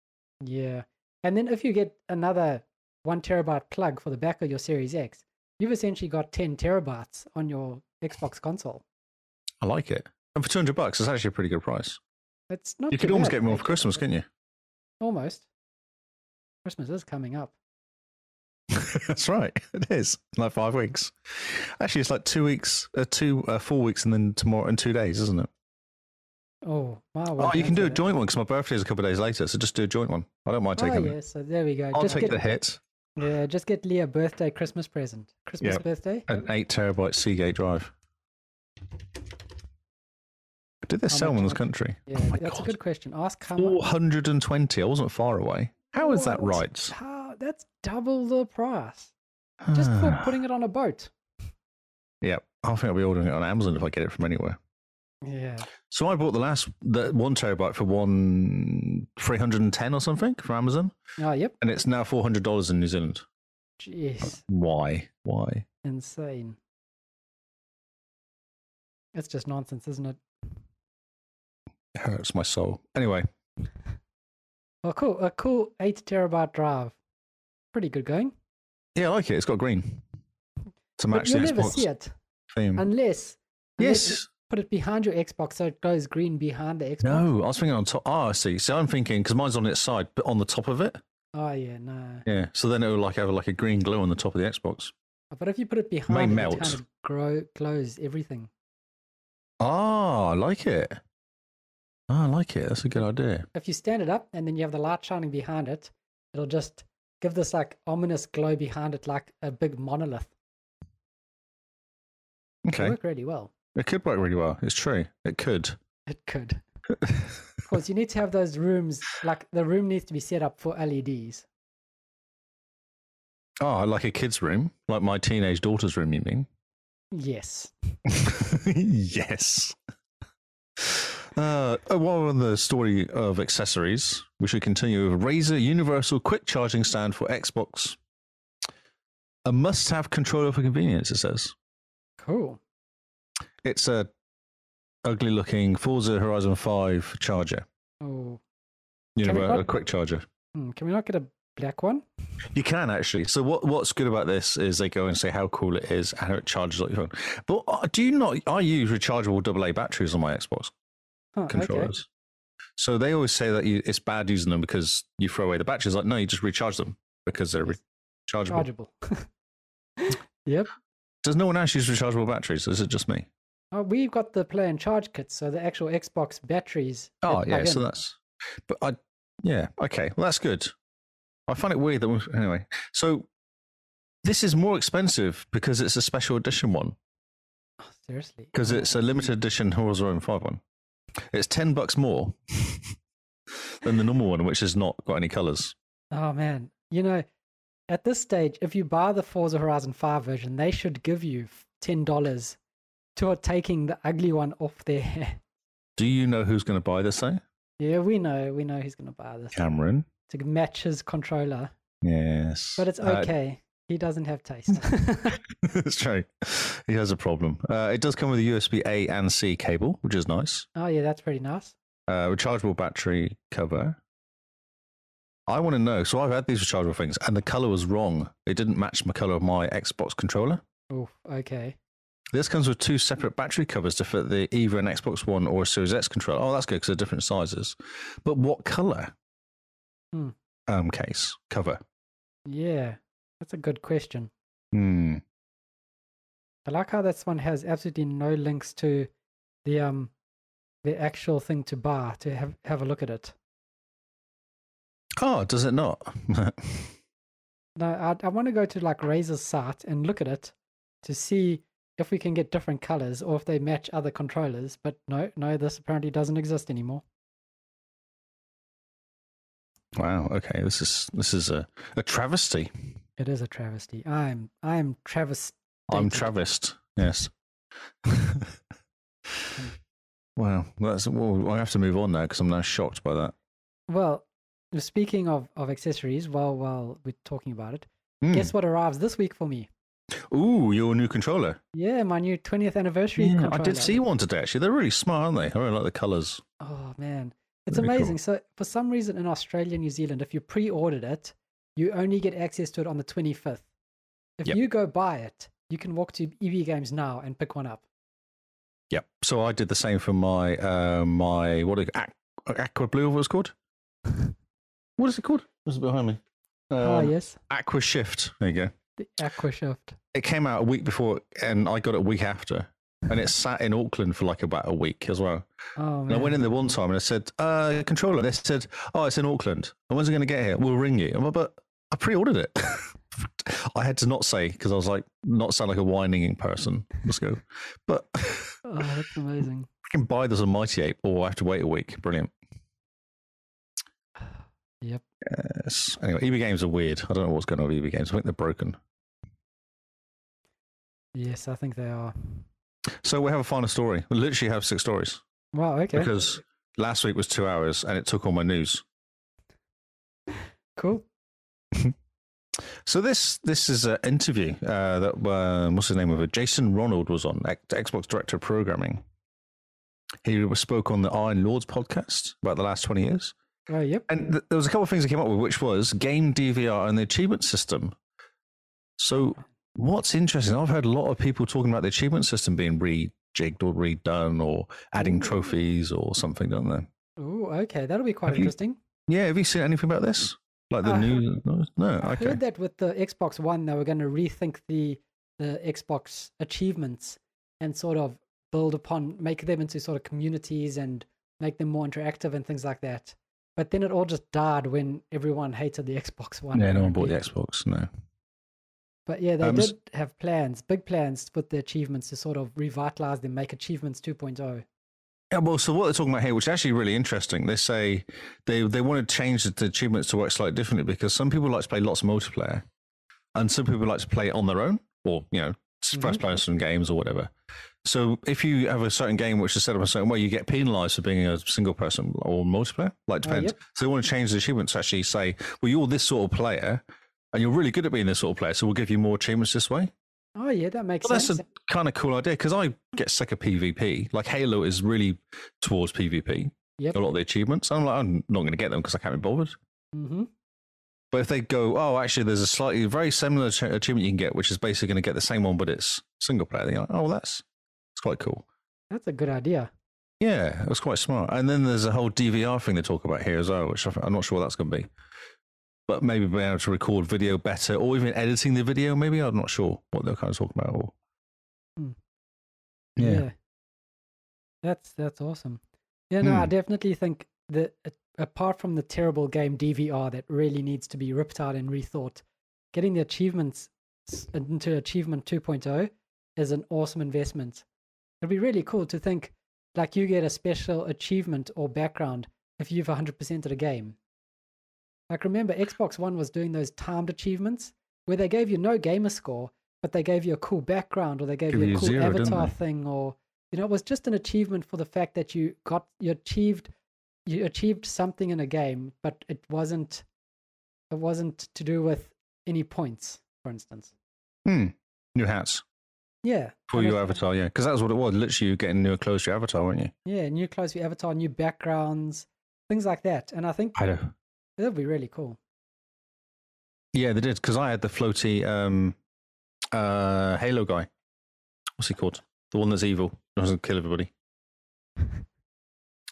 yeah. And then if you get another one terabyte plug for the back of your Series X, you've essentially got ten terabytes on your Xbox console. I like it. And for two hundred bucks, it's actually a pretty good price. It's not. you could too almost bad, get more for actually. Christmas, couldn't you? Almost. Christmas is coming up. That's right. It is like five weeks. Actually, it's like two weeks, uh, two, uh, four weeks, and then tomorrow and two days, isn't it? Oh, my word. Oh, you that's can do a it. joint one because my birthday is a couple of days later. So just do a joint one. I don't mind Oh, taking yeah, it. so there we go. I'll just take get, the hit. Yeah, just get Leah a birthday Christmas present. Christmas Yeah. Oh birthday? An eight terabyte Seagate drive. Did they How sell much one in this was it? country? Yeah, oh my that's a god, good question. Ask how four much. hundred and twenty. I wasn't far away. How is that What? right? How- that's double the price. Just Ah. for putting it on a boat. yeah, I think I'll be ordering it on Amazon if I get it from anywhere. Yeah. So I bought the last the one terabyte for one three hundred and ten or something from Amazon, Oh, yep. and it's now four hundred dollars in New Zealand. Jeez. Why? Why? Insane. It's just nonsense, isn't it? It hurts my soul. Anyway, Well, cool. A cool 8 terabyte drive. Pretty good going. yeah, I like it. It's got green to But match the you'll never see Xbox it theme. unless, unless you Mm. yes. put it behind your Xbox so it goes green behind the Xbox. No, I was thinking on top. Ah, I see. So I'm thinking because mine's on its side, but on the top of it. Oh, yeah, no. Yeah. So then it will like have like a green glow on the top of the Xbox. But if you put it behind, it melt. kind of grow, glows everything. Ah, I like it. Ah, I like it. That's a good idea. If you stand it up and then you have the light shining behind it, it'll just give this like ominous glow behind it, like a big monolith. It Okay. work really well. It could work really well. It's true. It could. It could. Of course, you need to have those rooms like the room needs to be set up for E LEDs. Oh, like a kid's room, like my teenage daughter's room, you mean? Yes. yes. Uh, oh, while we're on the story of accessories, we should continue with Razer Universal Quick Charging Stand for Xbox. A must have controller for convenience, it says. Cool. It's a ugly looking Forza Horizon 5 charger, Oh, we Universal not- Quick Charger. hmm, can we not get a black one? You can actually. So what what's good about this is they go and say how cool it is and how it charges up your phone. But uh, do you not? I use rechargeable AA batteries on my Xbox Huh, controllers. So they always say that you, it's bad using them because you throw away the batteries. Like no, you just recharge them because they're Yes. rechargeable. Okay. Chargeable. yep. Does no one else use rechargeable batteries? Is it just me? Oh, we've got the play and charge kits, so the actual Xbox batteries. that Oh yeah. plug So in. that's. But I yeah okay. Well that's good. I find it weird that we anyway. So this is more expensive because it's a special edition one. Oh, seriously. Oh, because it's a limited edition Horizon 5 one. It's 10 bucks more than the normal one, which has not got any colors. Oh man, you know, at this stage, if you buy the Forza Horizon 5 version, they should give you f- ten dollars toward taking the ugly one off their hand. Do you know who's going to buy this though? yeah, we know, we know who's gonna buy this Cameron. to match his controller, Yes. but it's Uh, okay. he doesn't have taste. it's true. He has a problem. Uh, it does come with a USB A and C cable, which is nice. oh yeah, that's pretty nice. Uh, rechargeable battery cover. I want to know. So I've had these rechargeable things, and the color was wrong. It didn't match the color of my Xbox controller. Oh, okay. This comes with two separate battery covers to fit the either an Xbox One or a Series X controller. Oh, that's good because they're different sizes. But what color? Hmm. Um, case cover. Yeah, that's a good question. Hmm. I like how this one has absolutely no links to the um the actual thing to buy to have have a look at it. Oh, does it not? No, I, I want to go to like Razor's site and look at it to see if we can get different colors or if they match other controllers. But no, no, this apparently doesn't exist anymore. wow. Okay. This is this is a, a travesty. It is a travesty. I'm I'm Travis. I'm Dated. travest. Yes. Wow, that's well, I have to move on now because I'm now shocked by that. Well, speaking of, of accessories, while while we're talking about it, Hmm. guess what arrives this week for me? Ooh, your new controller. Yeah, my new 20th anniversary I controller. did see one today. Actually, they're really smart, aren't they? I really like the colors. Oh man, it's Very cool. amazing. So for some reason in Australia, New Zealand, if you pre-ordered it, you only get access to it on the 25th. If Yep. you go buy it, you can walk to EV Games now and pick one up. Yep. So I did the same for my uh, my what a- Ac- Aqua Blue, what it's called? What is it called? What's it behind me? Um, Ah yes, Aqua Shift. There you go. the Aqua Shift. It came out a week before, and I got it a week after, and it sat in Auckland for like about a week as well. Oh And I man, went in there one time and I said, uh, controller. They said, oh, it's in Auckland. And when's it going to get here? We'll ring you. I'm like, but I pre ordered it. I had to not say because I was like, not sound like a whining person. Let's go. But I oh, that's amazing. can buy this on Mighty Ape or I have to wait a week. Brilliant. Yep. Yes. Anyway, EB Games are weird. I don't know what's going on with EB Games. I think they're broken. Yes, I think they are. So we have a final story. We literally have six stories Wow. Okay. because last week was two hours and it took all my news. cool. So this this is an interview uh, that uh, what's his name of it? Jason Ronald was on ex- Xbox Director of Programming. He spoke on the Iron Lords podcast about the last twenty years, Oh yep. and th- there was a couple of things he came up with, which was game DVR and the achievement system. So what's interesting? I've heard a lot of people talking about the achievement system being rejigged or redone or adding trophies or something, don't they? Oh okay, that'll be quite Have you- interesting. Yeah, have you seen anything about this? Like the I new? No, I okay. heard that with the Xbox One, they were going to rethink the the Xbox achievements and sort of build upon, make them into sort of communities and make them more interactive and things like that. But then it all just died when everyone hated the Xbox One. Yeah, no one bought apparently. the Xbox. No. But yeah, they Um, s- did have plans, big plans with the achievements to sort of revitalize them, make achievements oh. 2.0. Yeah, well, so what they're talking about here, which is actually really interesting, they say they they want to change the achievements to work slightly differently because some people like to play lots of multiplayer, and some people like to play on their own or you know 1st person games or whatever. So if you have a certain game which is set up a certain way, you get penalized for being a single person or multiplayer. Like Oh, depends. yep. So they want to change the achievements to actually say, well, you're this sort of player, and you're really good at being this sort of player, so we'll give you more achievements this way. Oh yeah, that makes Well, that's sense. a kind of cool idea because I get sick of PvP. Like Halo is really towards PvP. Yep. A lot of the achievements. I'm like, I'm not going to get them because I can't be bothered. hmm But if they go, oh, actually, there's a slightly very similar ach- achievement you can get, which is basically going to get the same one, but it's single player. Then you're like, oh, well, that's it's quite cool. That's a good idea. Yeah, it was quite smart. And then there's a whole DVR thing they talk about here as well, which I- I'm not sure what that's going to be. But maybe being able to record video better, or even editing the video. Maybe I'm not sure what they're kind of talking about. Or Hmm. yeah. That's that's awesome. Yeah, no, I definitely think that a- apart from the terrible game DVR that really needs to be ripped out and rethought, getting the achievements s- into achievement 2.0 is an awesome investment. It'd be really cool to think like you get a special achievement or background if you've 100% of the game. Like remember Xbox One was doing those timed achievements where they gave you no gamer score, but they gave you a cool background or they gave Give you a you cool zero, didn't avatar they? thing or you know it was just an achievement for the fact that you got you achieved you achieved something in a game, but it wasn't it wasn't to do with any points, for instance. Hmm. New hats Yeah. for and your if- avatar, yeah, because that's what it was. Literally, you getting new clothes for your avatar, weren't you? Yeah, new clothes for your avatar, new backgrounds, things like that. And I think I know. that would be really cool. Yeah, they did because I had the floaty um, uh, Halo guy. What's he called? The one that's evil. Doesn't kill everybody.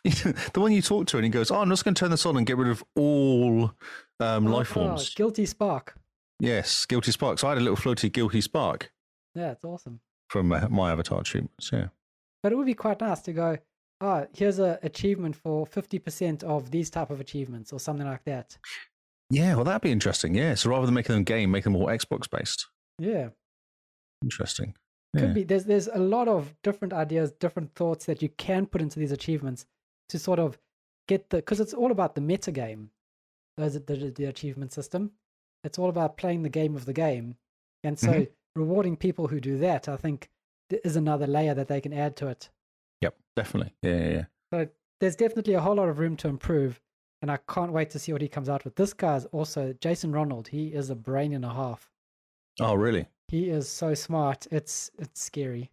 the one you talk to and he goes, "Oh, I'm just going to turn this on and get rid of all um, life Ah, forms." Guilty Spark. yes, guilty spark. So I had a little floaty guilty spark Yeah, it's awesome. from uh, my avatar treatments. Yeah. But it would be quite nice to go, ah, here's a achievement for 50% of these type of achievements or something like that. Yeah, well, that'd be interesting. Yeah. So rather than making them game, make them all Xbox based. Yeah. Interesting. Could Yeah. be there's there's a lot of different ideas, different thoughts that you can put into these achievements to sort of get the because it's all about the meta game. Those are the, the, the achievement system. It's all about playing the game of the game, and so Mm-hmm. rewarding people who do that, I think, th- is another layer that they can add to it. Yep. definitely. Yeah, yeah, yeah. There's definitely a whole lot of room to improve, and I can't wait to see what he comes out with. This guy's also Jason Ronald. He is a brain and a half. Oh, really? He is so smart. It's it's scary.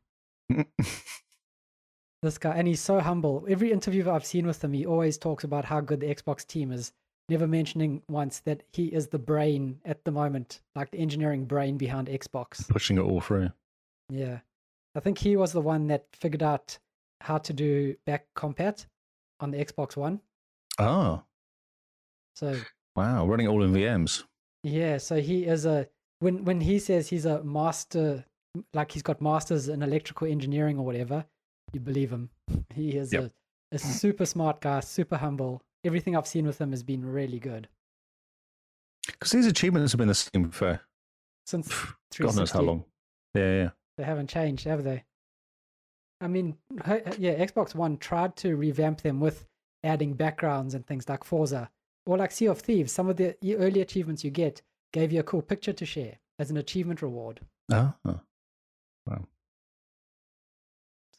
this guy, and he's so humble. Every interview I've seen with him, he always talks about how good the Xbox team is, never mentioning once that he is the brain at the moment, like the engineering brain behind Xbox. Pushing it all through. Yeah. I think he was the one that figured out how to do back compat on the Xbox One. Oh, So wow. Running it all in VMs. yeah, so he is a when when he says he's a master like he's got masters in electrical engineering or whatever, you believe him. He is Yep. a, a super smart guy, super humble. Everything I've seen with him has been really good. Because these achievements have been the same for Since God knows how 360. long. Yeah, yeah. They haven't changed, have they? I mean, h- h- yeah, Xbox One tried to revamp them with adding backgrounds and things like Forza or like Sea of Thieves. Some of the e- early achievements you get gave you a cool picture to share as an achievement reward. Oh, oh.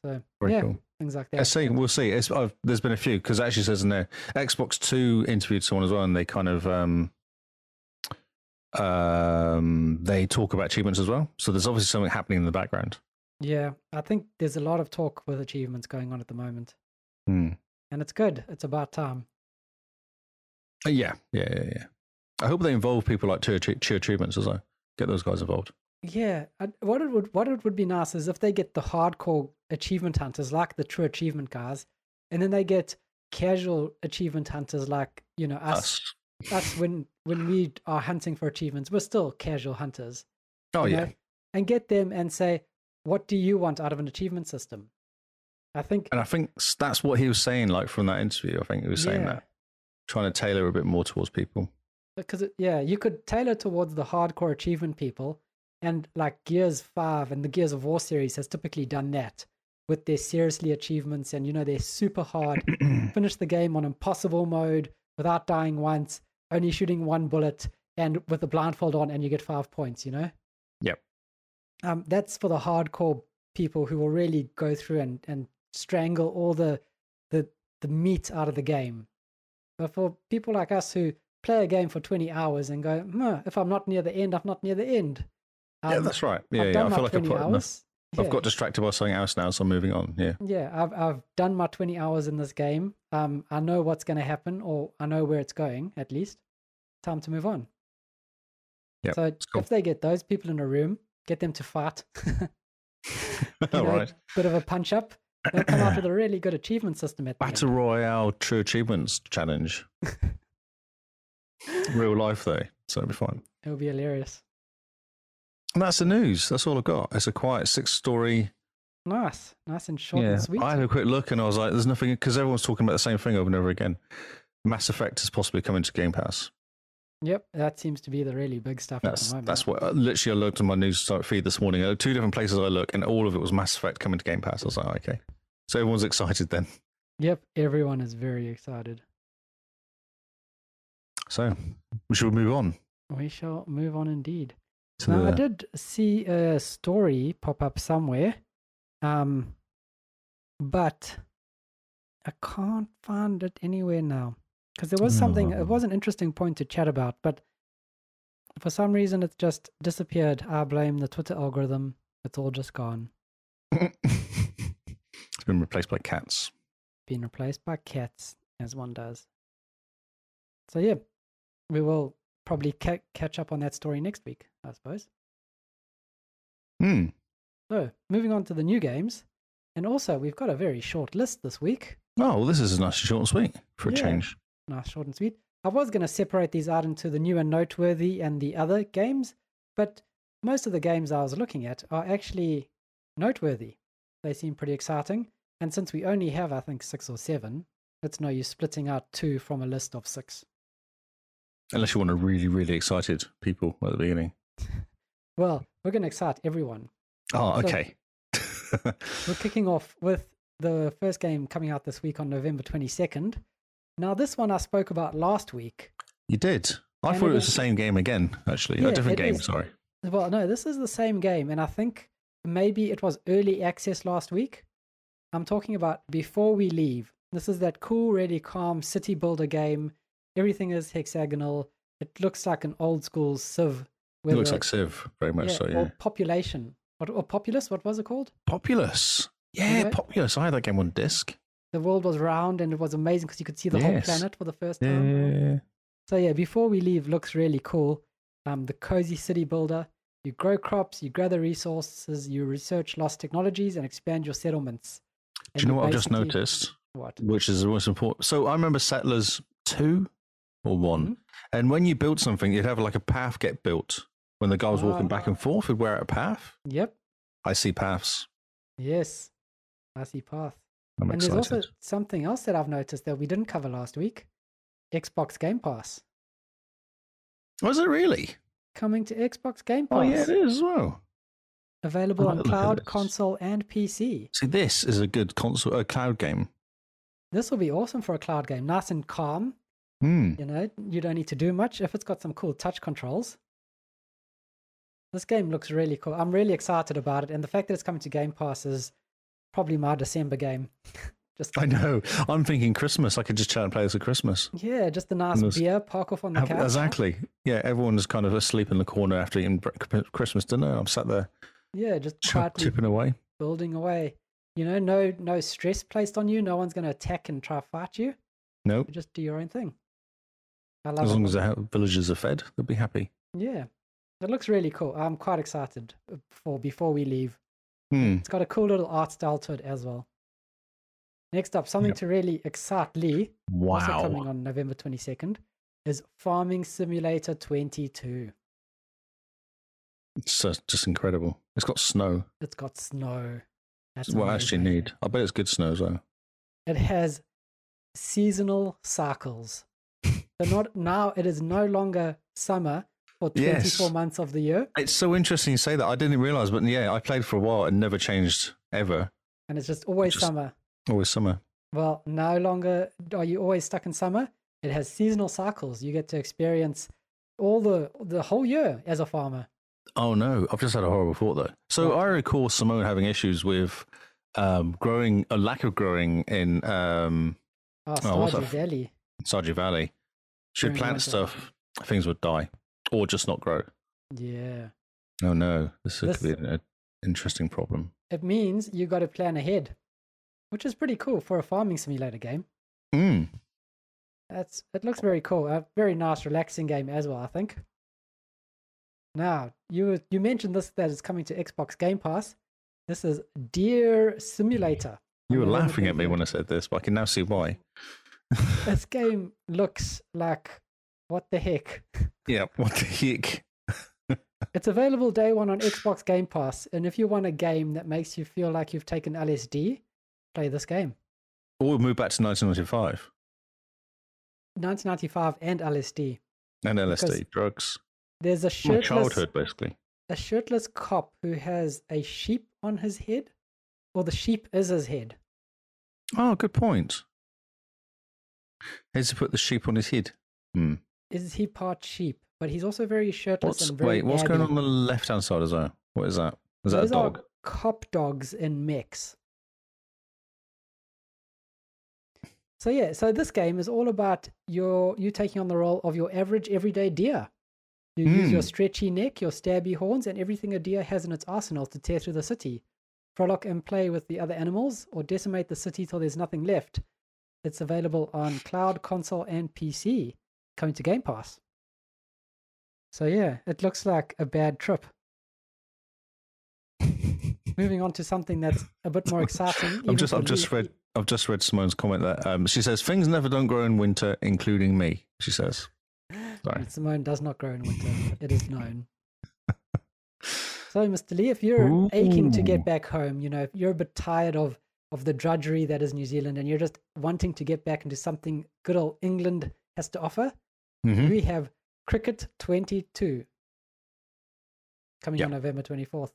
So, very yeah, cool. things like that. Let's see. We'll see. It's, I've, there's been a few because actually says in there, Xbox Two interviewed someone as well, and they kind of um, um, they talk about achievements as well. So there's obviously something happening in the background. Yeah, I think there's a lot of talk with achievements going on at the moment, Hmm. and it's good. It's about time. Uh, Yeah, yeah, yeah, yeah. I hope they involve people like Cheer, Cheer Achievements as well. Get those guys involved. Yeah, I, what it would what it would be nice is if they get the hardcore achievement hunters like the true achievement guys, and then they get casual achievement hunters like you know us Us. us, when when we are hunting for achievements, we're still casual hunters. Oh you yeah. know, and get them and say, what do you want out of an achievement system? I think And I think s- that's what he was saying, like from that interview. I think he was saying Yeah. that, trying to tailor a bit more towards people. because it, yeah, you could tailor towards the hardcore achievement people, and like Gears Five and the Gears of War series has typically done that with their seriously achievements, and you know they're super hard. finish the game on impossible mode without dying once, only shooting one bullet, and with the blindfold on, and you get five points. You know. Yep. Um, that's for the hardcore people who will really go through and and strangle all the the the meat out of the game. But for people like us who play a game for 20 hours and go, "Hmm, if I'm not near the end, I'm not near the end. yeah, Um, that's right. Yeah, I've yeah. done I my feel like I've 20 put enough. hours. I've got distracted by something else now, so I'm moving on. Yeah. Yeah, I've I've done my 20 hours in this game. Um, I know what's going to happen, or I know where it's going. At least, time to move on. Yep, so cool. if they get those people in a room, get them to fight. you know, All right. Bit of a punch up. They'll come out with a really good achievement system at the end. Battle Royale True Achievements Challenge. Real life, though, so it'll be fine. It'll be hilarious. And that's the news. That's all I've got. It's a quiet six story. Nice, nice and short and sweet. I had a quick look and I was like, there's nothing, because everyone's talking about the same thing over and over again. Mass Effect is possibly coming to Game Pass. Yep, that seems to be the really big stuff at That's the moment. that's what uh, literally I looked on my news site feed this morning. Uh, Two different places I look, and all of it was Mass Effect coming to Game Pass. I was like, oh, okay. So everyone's excited then. Yep, everyone is very excited. So we should move on. We shall move on indeed. To uh, Now, I the- did see a story pop up somewhere, um, but I can't find it anywhere now. Because there was something, it was an interesting point to chat about, but for some reason it's just disappeared. I blame the Twitter algorithm. It's all just gone. it's been replaced by cats. Being replaced by cats, as one does. So, yeah, we will probably ca- catch up on that story next week, I suppose. Hmm. So, moving on to the new games. And also, we've got a very short list this week. Oh, well, this is nice and short and sweet for a Yeah. change. Nice, short, and sweet. I was going to separate these out into the new and noteworthy and the other games, but most of the games I was looking at are actually noteworthy. They seem pretty exciting. And since we only have, I think, six or seven, it's no use splitting out two from a list of six. Unless you want to really, really excited people at the beginning. Well, we're going to excite everyone. Oh, So- okay. We're kicking off with the first game coming out this week on November 22nd. Now, this one I spoke about last week. you did. I And thought it it was is- the same game again, actually. Yeah, a different it game, is. sorry. Well, no, this is the same game, and I think maybe it was early access last week. I'm talking about Before We Leave. This is that cool, really calm city builder game. Everything is hexagonal. It looks like an old school Civ. It with looks a- like Civ, very much so, yeah. Or Population. What, or Populous? What was it called? Populous. Yeah, Yeah. Populous. I had that game on disc. The world was round and it was amazing because you could see the whole Yes. planet for the first Yeah. time. yeah, So yeah, before we leave, looks really cool. Um, the cozy city builder. You grow crops, you gather resources, you research lost technologies, and expand your settlements. Do And you know what I've just basically- noticed? What? Which is the most important. So I remember Settlers 2 or one Mm-hmm. And when you built something, you'd have like a path get built. When the guy was walking back Ah. and forth, would wear out a path. Yep. I see paths. Yes. I see path. I'm and there's excited. also something else that I've noticed that we didn't cover last week. Xbox Game Pass Was it really? coming to Xbox Game Pass. Oh, yeah, it is as well. Available might on look at cloud, this. console, and PC. See, this is a good console, a cloud game. This will be awesome for a cloud game. Nice and calm. Hmm. You know, you don't need to do much if it's got some cool touch controls. This game looks really cool. I'm really excited about it, and the fact that it's coming to Game Pass is probably my December game. just I know. I'm thinking Christmas. I could just chat and play this at Christmas. yeah, just a nice Almost. beer, park off on the Have- couch. Exactly. Yeah, everyone's kind of asleep in the corner after eating bre- Christmas dinner. I'm sat there Yeah, just chip- quietly chipping away. building away. You know, no no stress placed on you. No one's going to attack and try to fight you. No, You just do your own thing. I love as it. long as the ha- villagers are fed, they'll be happy. Yeah, it looks really cool. I'm quite excited uh, for before we leave. Hmm. It's got a cool little art style to it as well. Next up, something Yep. to really excite Lee, also coming Wow. on November 22nd, is Farming Simulator 22. It's uh, just incredible. It's got snow. It's got snow. That's It's what I actually amazing. need. I bet it's good snow as well. It has seasonal cycles. so not now it is no longer summer for 24 Yes. months of the year, It's so interesting you say that. I didn't realize, but yeah, I played for a while and never changed ever. and it's just always Just- summer. Always summer. Well, no longer are you always stuck in summer. It has seasonal cycles. You get to experience all the the whole year as a farmer. Oh no, I've just had a horrible thought though. So I recall Simone having issues with um, growing, a lack of growing in um, Oh, Oh, what's Stardew that? Valley. Sarge Valley. Should During plant winter. stuff, things would die or just not grow. Yeah. Oh no, this, This- could be an interesting problem. It means you got to plan ahead, which is pretty cool for a farming simulator game. Mm. That's it looks very cool. A very nice, relaxing game as well, I think. Now you were- you mentioned this that it's coming to Xbox Game Pass. This is Deer Simulator. You were I'm gonna laughing look at me into when I said this, but I can now see why. it. this game looks like what the heck. Yeah, what the heck? It's available day one on Xbox Game Pass, and if you want a game that makes you feel like you've taken LSD, play this game. Or we'll move back to 1995 1995 and LSD. and LSD, Because- drugs. There's a My shirtless, childhood, basically. a shirtless cop who has a sheep on his head, or the sheep is his head. Oh, good point. Here's to put the sheep on his head. Hmm. Is he part sheep? But he's also very shirtless What's and very. wait? What's going on babby. on the left hand side as well? What is that? Is that Those a are dog? Cop dogs in mix. So yeah, so this game is all about your you taking on the role of your average everyday deer. You use your Hmm. stretchy neck, your stabby horns, and everything a deer has in its arsenal to tear through the city, frolic and play with the other animals, or decimate the city till there's nothing left. It's available on cloud, console, and PC, coming to Game Pass. So yeah, it looks like a bad trip. Moving on to something that's a bit more exciting. even I've just for I've just Lee. read I've just read Simone's comment there. Um, she says things never don't grow in winter, including me. She says. Sorry. And Simone does not grow in winter. It is known. So, Mr. Lee, if you're aching to get Ooh. back home, you know, if you're a bit tired of, of the drudgery that is New Zealand and you're just wanting to get back into something good old England has to offer, Mhm. we have Cricket 22 coming on November 24th.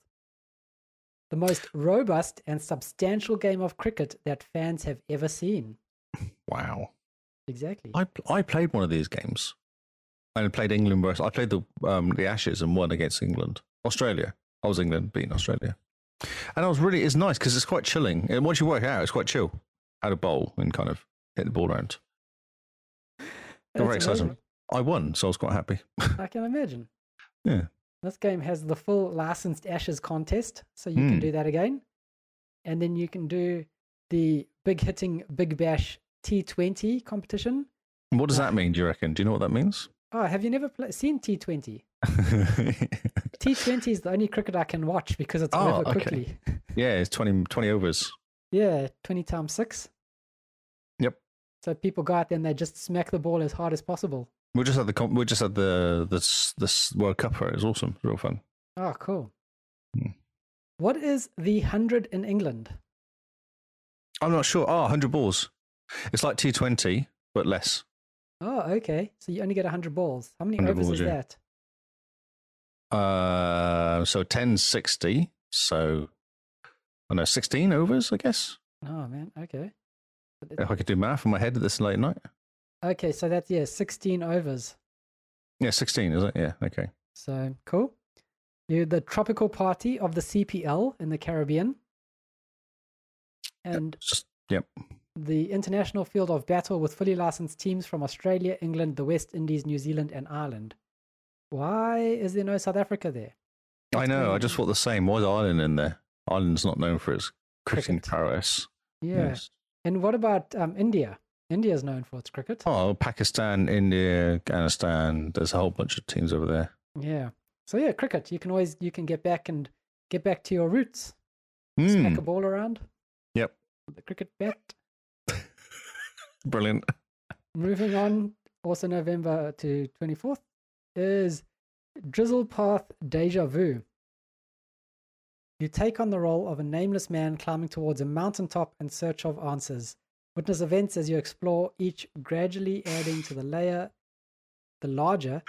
The most robust and substantial game of cricket that fans have ever seen. Wow. Exactly. I I played one of these games, and I played England versus. I played the um, the Ashes and won against England, Australia. I was England beating Australia. And I was really, it's nice because it's quite chilling. And once you work it out, it's quite chill. Had a bowl and kind of hit the ball around. That's Very exciting. I won, so I was quite happy. amazing. I can imagine. Yeah. This game has the full licensed Ashes contest, so you can Mm. do that again. And then you can do the big hitting Big Bash T20 competition. And What does that mean, do you reckon? Do you know what that means? Oh, have you never pla seen T20? T20 is the only cricket I can watch because it's Oh, over okay. quickly. yeah, it's 20, 20 overs. Yeah, 20 times 6. Yep. So people go out there and they just smack the ball as hard as possible. We just had the com- we just had the this this World Cup for it. It was awesome, real fun. Oh, cool. Hmm. What is the 100 in England? I'm not sure. Oh, 100 balls. It's like T20, but less. Oh, okay. So you only get 100 balls. How many 100 overs balls, is yeah. that? Uh, so 1060. So I don't know 16 overs, I guess. Oh, man. Okay. But it- If I could do math in my head at this late night. Okay, so that's, yeah, 16 overs. Yeah, 16 is it? Yeah, okay. So cool. You're the tropical party of the CPL in the Caribbean. And It's just- yep. the international field of battle with fully licensed teams from Australia, England, the West Indies, New Zealand, and Ireland. Why is there no South Africa there? I What's know. going I just on? thought the same. Why is Ireland in there? Ireland's not known for its cricketing Cricket. prowess. Yeah. And what about um, India? India is known for its cricket. Oh, Pakistan, India, Afghanistan. There's a whole bunch of teams over there. Yeah. So yeah, cricket. You can always you can get back and get back to your roots. Smack Hmm. a ball around. Yep. with The cricket bat. Brilliant. Moving on, also November to 24th, is Drizzle Path Deja Vu. You take on the role of a nameless man climbing towards a mountaintop in search of answers. Witness events as you explore, each gradually adding to the layer, the larger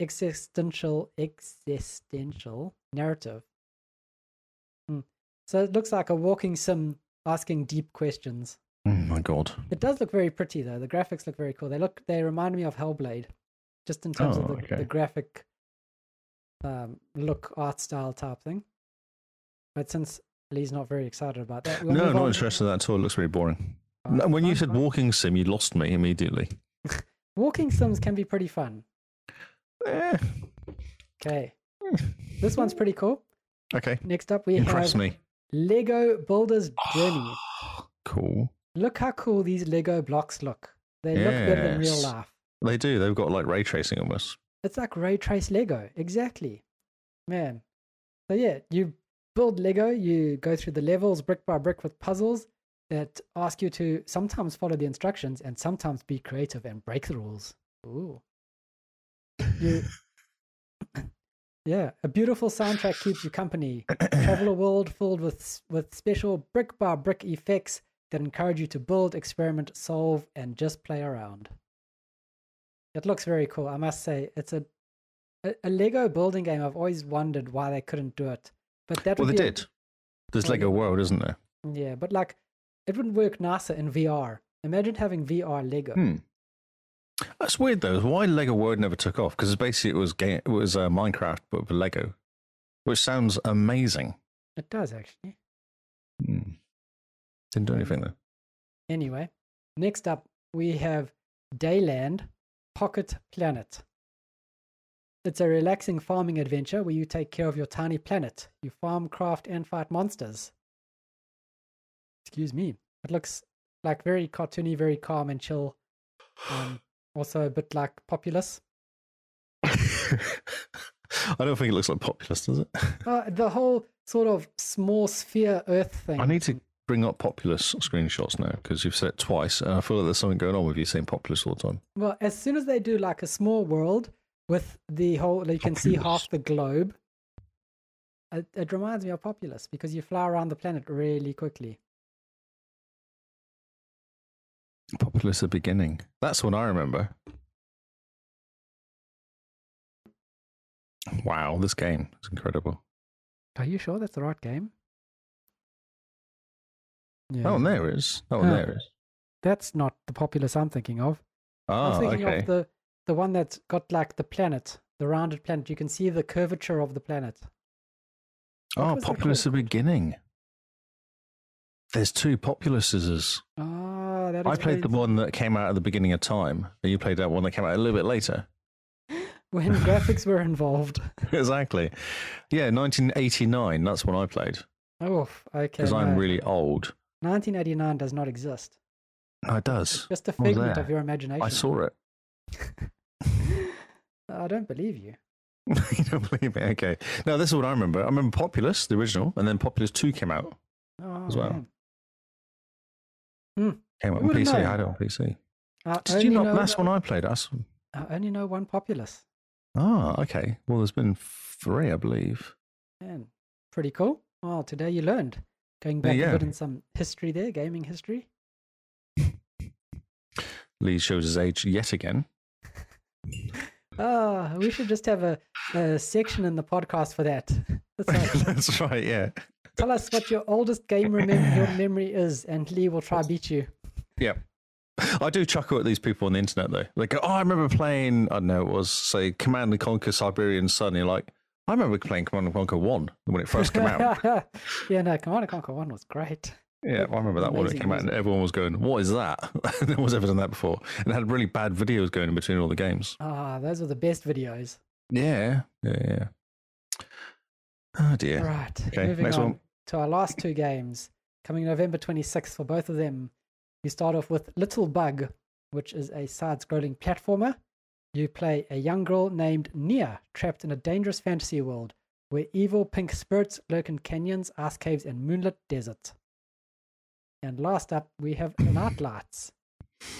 existential existential narrative. Hmm. So it looks like a walking sim asking deep questions. Oh my god. It does look very pretty though. The graphics look very cool. They look they remind me of Hellblade, just in terms of Oh, the, okay. the graphic um, look, art style type thing. But since Lee's not very excited about that, we'll No, move not on. interested in that at all. It looks very boring. Fine, No, when you fine, said fine. walking sim, you lost me immediately. walking sims can be pretty fun. Eh. Okay, this one's pretty cool. Okay. Next up, we Impress have me. Lego Builder's Journey. Cool. Look how cool these Lego blocks look. They look better than real Yes. life. They do. They've got like ray tracing almost. It's like ray trace Lego, exactly. Man. So yeah, you build Lego, you go through the levels brick by brick with puzzles that ask you to sometimes follow the instructions and sometimes be creative and break the rules. Ooh. You Yeah, a beautiful soundtrack keeps you company. Travel a world filled with s- with special brick by brick effects that encourage you to build, experiment, solve, and just play around. It looks very cool, I must say. It's a a, a Lego building game. I've always wondered why they couldn't do it, but that Well, they would be a- did. There's Oh, Lego World, isn't there? yeah, but like it would work nicer in VR. Imagine having VR Lego. Hmm. That's weird though. Why Lego World never took off? Because basically it was game, it was uh, Minecraft but with Lego, which sounds amazing. It does actually. Hmm. Didn't do anything though. Anyway, next up we have Dayland Pocket Planet. It's a relaxing farming adventure where you take care of your tiny planet. You farm, craft, and fight monsters. Excuse me. It looks like very cartoony, very calm and chill. Um, also a bit like Populous. I don't think it looks like Populous, does it? Uh, the whole sort of small sphere Earth thing. I need to bring up Populous screenshots now because you've said it twice, and I feel like there's something going on with you saying Populous all the time. Well, as soon as they do like a small world with the whole, like, you can see Populous. half the globe. It, it reminds me of Populous because you fly around the planet really quickly. Populous the beginning. That's what I remember. Wow, this game is incredible. Are you sure that's the right game? Yeah, That one Oh, there is. That one Huh. there is. that's not the Populous I'm thinking of. I was Ah, thinking okay. of the the one that's got like the planet, the rounded planet. You can see the curvature of the planet. What Oh, was it populous at the beginning. There's two popular scissors. Oh, that I played the explains- one that came out at the beginning of time, and you played that one that came out a little bit later. when graphics were involved. exactly. Yeah, 1989. That's when I played Oh, okay. because I'm no. really old. 1989 does not exist. No, it does. Just a Well, figment there. of your imagination. I saw it. I don't believe you. you don't believe me? Okay. No, this is what I remember. I remember Populous, the original, and then Populous 2 came out. Oh, man. well. Came out Who on would've PC. known? I had it on PC. I Did only you not? know That's the- when I played. That's I only know one populace. ah okay. Well, there's been three, I believe. Man, pretty cool. Well, today you learned. Going back Yeah. a bit in some history there, gaming history. Lee shows his age yet again. Ah, we should just have a, a section in the podcast for that. That's like, That's right. Yeah. tell us what your oldest game remem- your memory is, and Lee will try beat you. I do chuckle at these people on the internet though. They go, "Oh, I remember playing. I don't know. It was say Command and Conquer Siberian Sun." You're like, "I remember playing Command and Conquer One when it first came out." yeah, no, Command and Conquer One was great. yeah, I remember that one when it Amazing came out, and everyone was going, "What is that?" no one's ever done that before, and it had really bad videos going in between all the games. Ah, those were the best videos. Yeah. Yeah. Yeah. Oh dear. Right. Okay, Moving next on one. to our last two games. Coming November 26th for both of them, you start off with Little Bug, which is a side scrolling platformer. You play a young girl named Nia, trapped in a dangerous fantasy world where evil pink spirits lurk in canyons, ice caves, and moonlit deserts. And last up, we have Nightlights,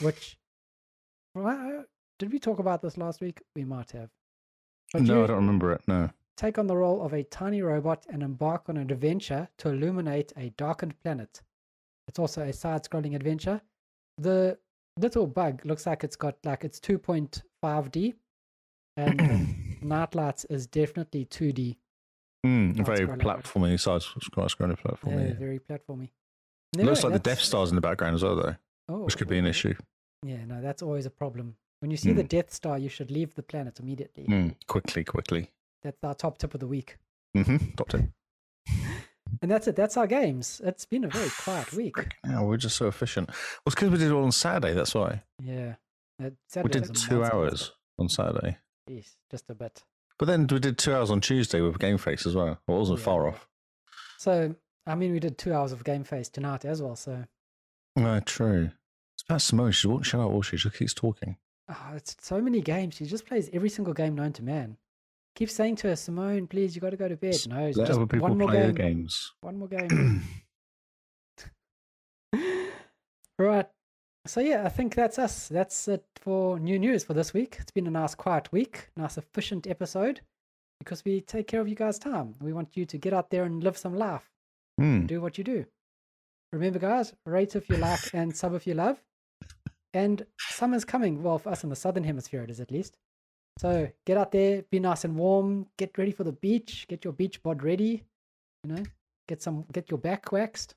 which. Well, did we talk about this last week? We might have. But no, you- I don't remember it. No. take on the role of a tiny robot and embark on an adventure to illuminate a darkened planet. It's also a side scrolling adventure. The little bug looks like it's got like it's 2.5D, and um, Nightlights is definitely 2D. Mm, Oh, it's very quite like- platformy, size scrolling Yeah, platform. Yeah, Very platformy. Looks Anyway, like the that's- Death Star's in the background as well, though, oh, which could be an issue. Hmm. Yeah, no, that's always a problem. When you see the Death Star, you should leave the planet immediately. Mm, quickly, quickly. That's our top tip of the week. hmm Top ten. And that's it. That's our games. It's been a very quiet week. Yeah, we're just so efficient. Well, it's because we did it all on Saturday. That's why Yeah. That we Saturday did was a two monster hours on Saturday. monster. Jeez, just a bit. But then we did two hours on Tuesday with Game Face as well. Well, it wasn't Yeah. far off. So, I mean, we did two hours of Game Face tonight as well. So, No, true. It's about Simone. She won't shut up, will she? She keeps talking. oh, it's so many games. She just plays every single game known to man. Keep saying to her, Simone, please, you got to go to bed. S- No, Let just other people one more play game. their games. One more game. Hmm. right. So, yeah, I think that's us. That's it for new news for this week. It's been a nice, quiet week, nice, efficient episode because we take care of you guys' time. We want you to get out there and live some life. Hmm. do what you do. Remember, guys, rate if you like and sub if you love. And summer's coming. Well, for us in the southern hemisphere, it is at least. So get out there, be nice and warm. Get ready for the beach. Get your beach bod ready. You know, get some, get your back waxed.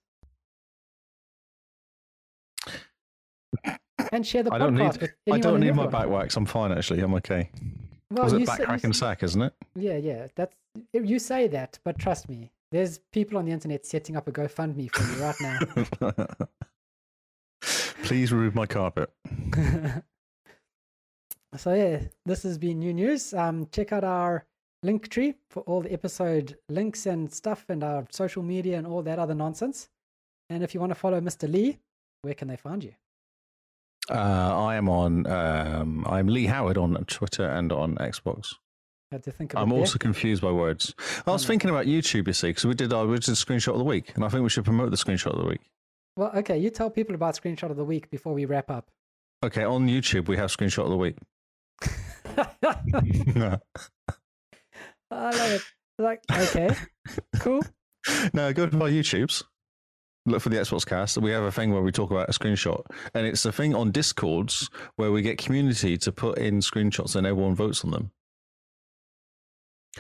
And share the I don't podcast need- with I anyone don't and need my everyone. back wax. I'm fine, actually. I'm okay. Well, was it you said- back you crack and said- sack, isn't it? yeah, yeah. That's you say that, but trust me, there's people on the internet setting up a GoFundMe for you right now. Please remove my carpet. so yeah, this has been new news. Um, check out our link tree for all the episode links and stuff, and our social media and all that other nonsense. And if you want to follow Mr. Lee, where can they find you? Uh, I am on. Um, I'm Lee Howard on Twitter and on Xbox. Had to think about I'm that. also confused by words. I was no. thinking about YouTube, you see, because we did our we did screenshot of the week, and I think we should promote the screenshot of the week. Well, okay, you tell people about screenshot of the week before we wrap up. Okay, on YouTube we have screenshot of the week. I love it. Like, okay, cool. no, go to our YouTubes. Look for the Xbox cast. We have a thing where we talk about a screenshot, and it's a thing on Discords where we get community to put in screenshots and everyone votes on them.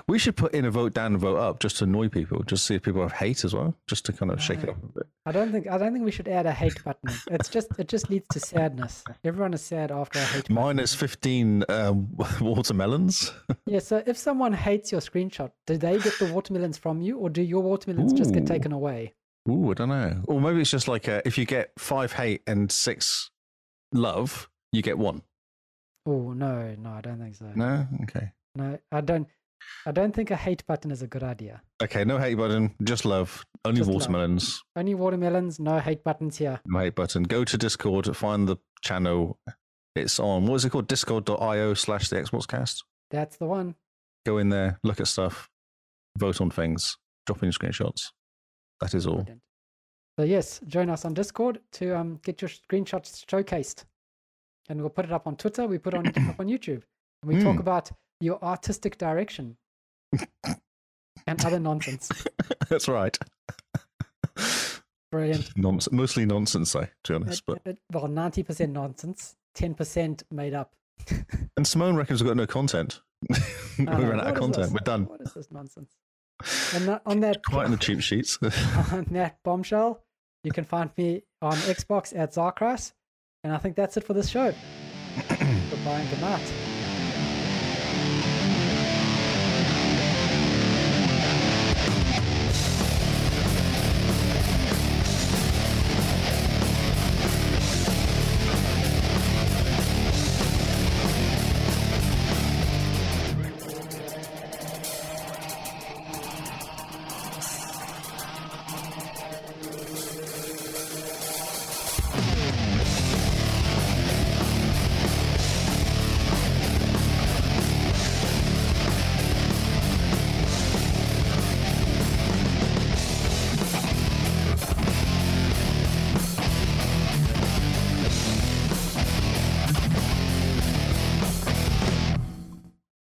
We should put in a vote down, vote up, just to annoy people, just to see if people have hate as well, just to kind of shake it up a bit. I don't think I don't think we should add a hate button. It's just it just leads to sadness. Everyone is sad after a hate button. Minus fifteen um, watermelons. Yeah, so if someone hates your screenshot, do they get the watermelons from you or do your watermelons just get Ooh. taken away? Ooh, I don't know. Or maybe it's just like uh if you get five hate and six love, you get one. Oh no, no, I don't think so. No, No, okay, I don't I don't think a hate button is a good idea. okay. No hate button, just love. Only Just love. watermelons. Only watermelons, no hate buttons here. No hate button. Go to Discord, find the channel. It's on. What is it called? Discord.io slash the Xbox Cast. That's the one. Go in there, look at stuff, vote on things, drop in screenshots. That is all. Brilliant. So yes, join us on Discord to um, get your screenshots showcased, and we'll put it up on Twitter. We put it on up on YouTube, and we talk Hmm. about your artistic direction and other nonsense. That's right. Brilliant. Nonsense, mostly nonsense, though, to be honest. But It- it- well, ninety percent nonsense, ten percent made up. and Simone reckons we've got no content. we I know, ran out what of is content. this? We're done. What is this nonsense? And tha- on that Quite in the cheap sheets. on that bombshell, you can find me on Xbox at Zarkras, and I think that's it for this show. Goodbye and good night.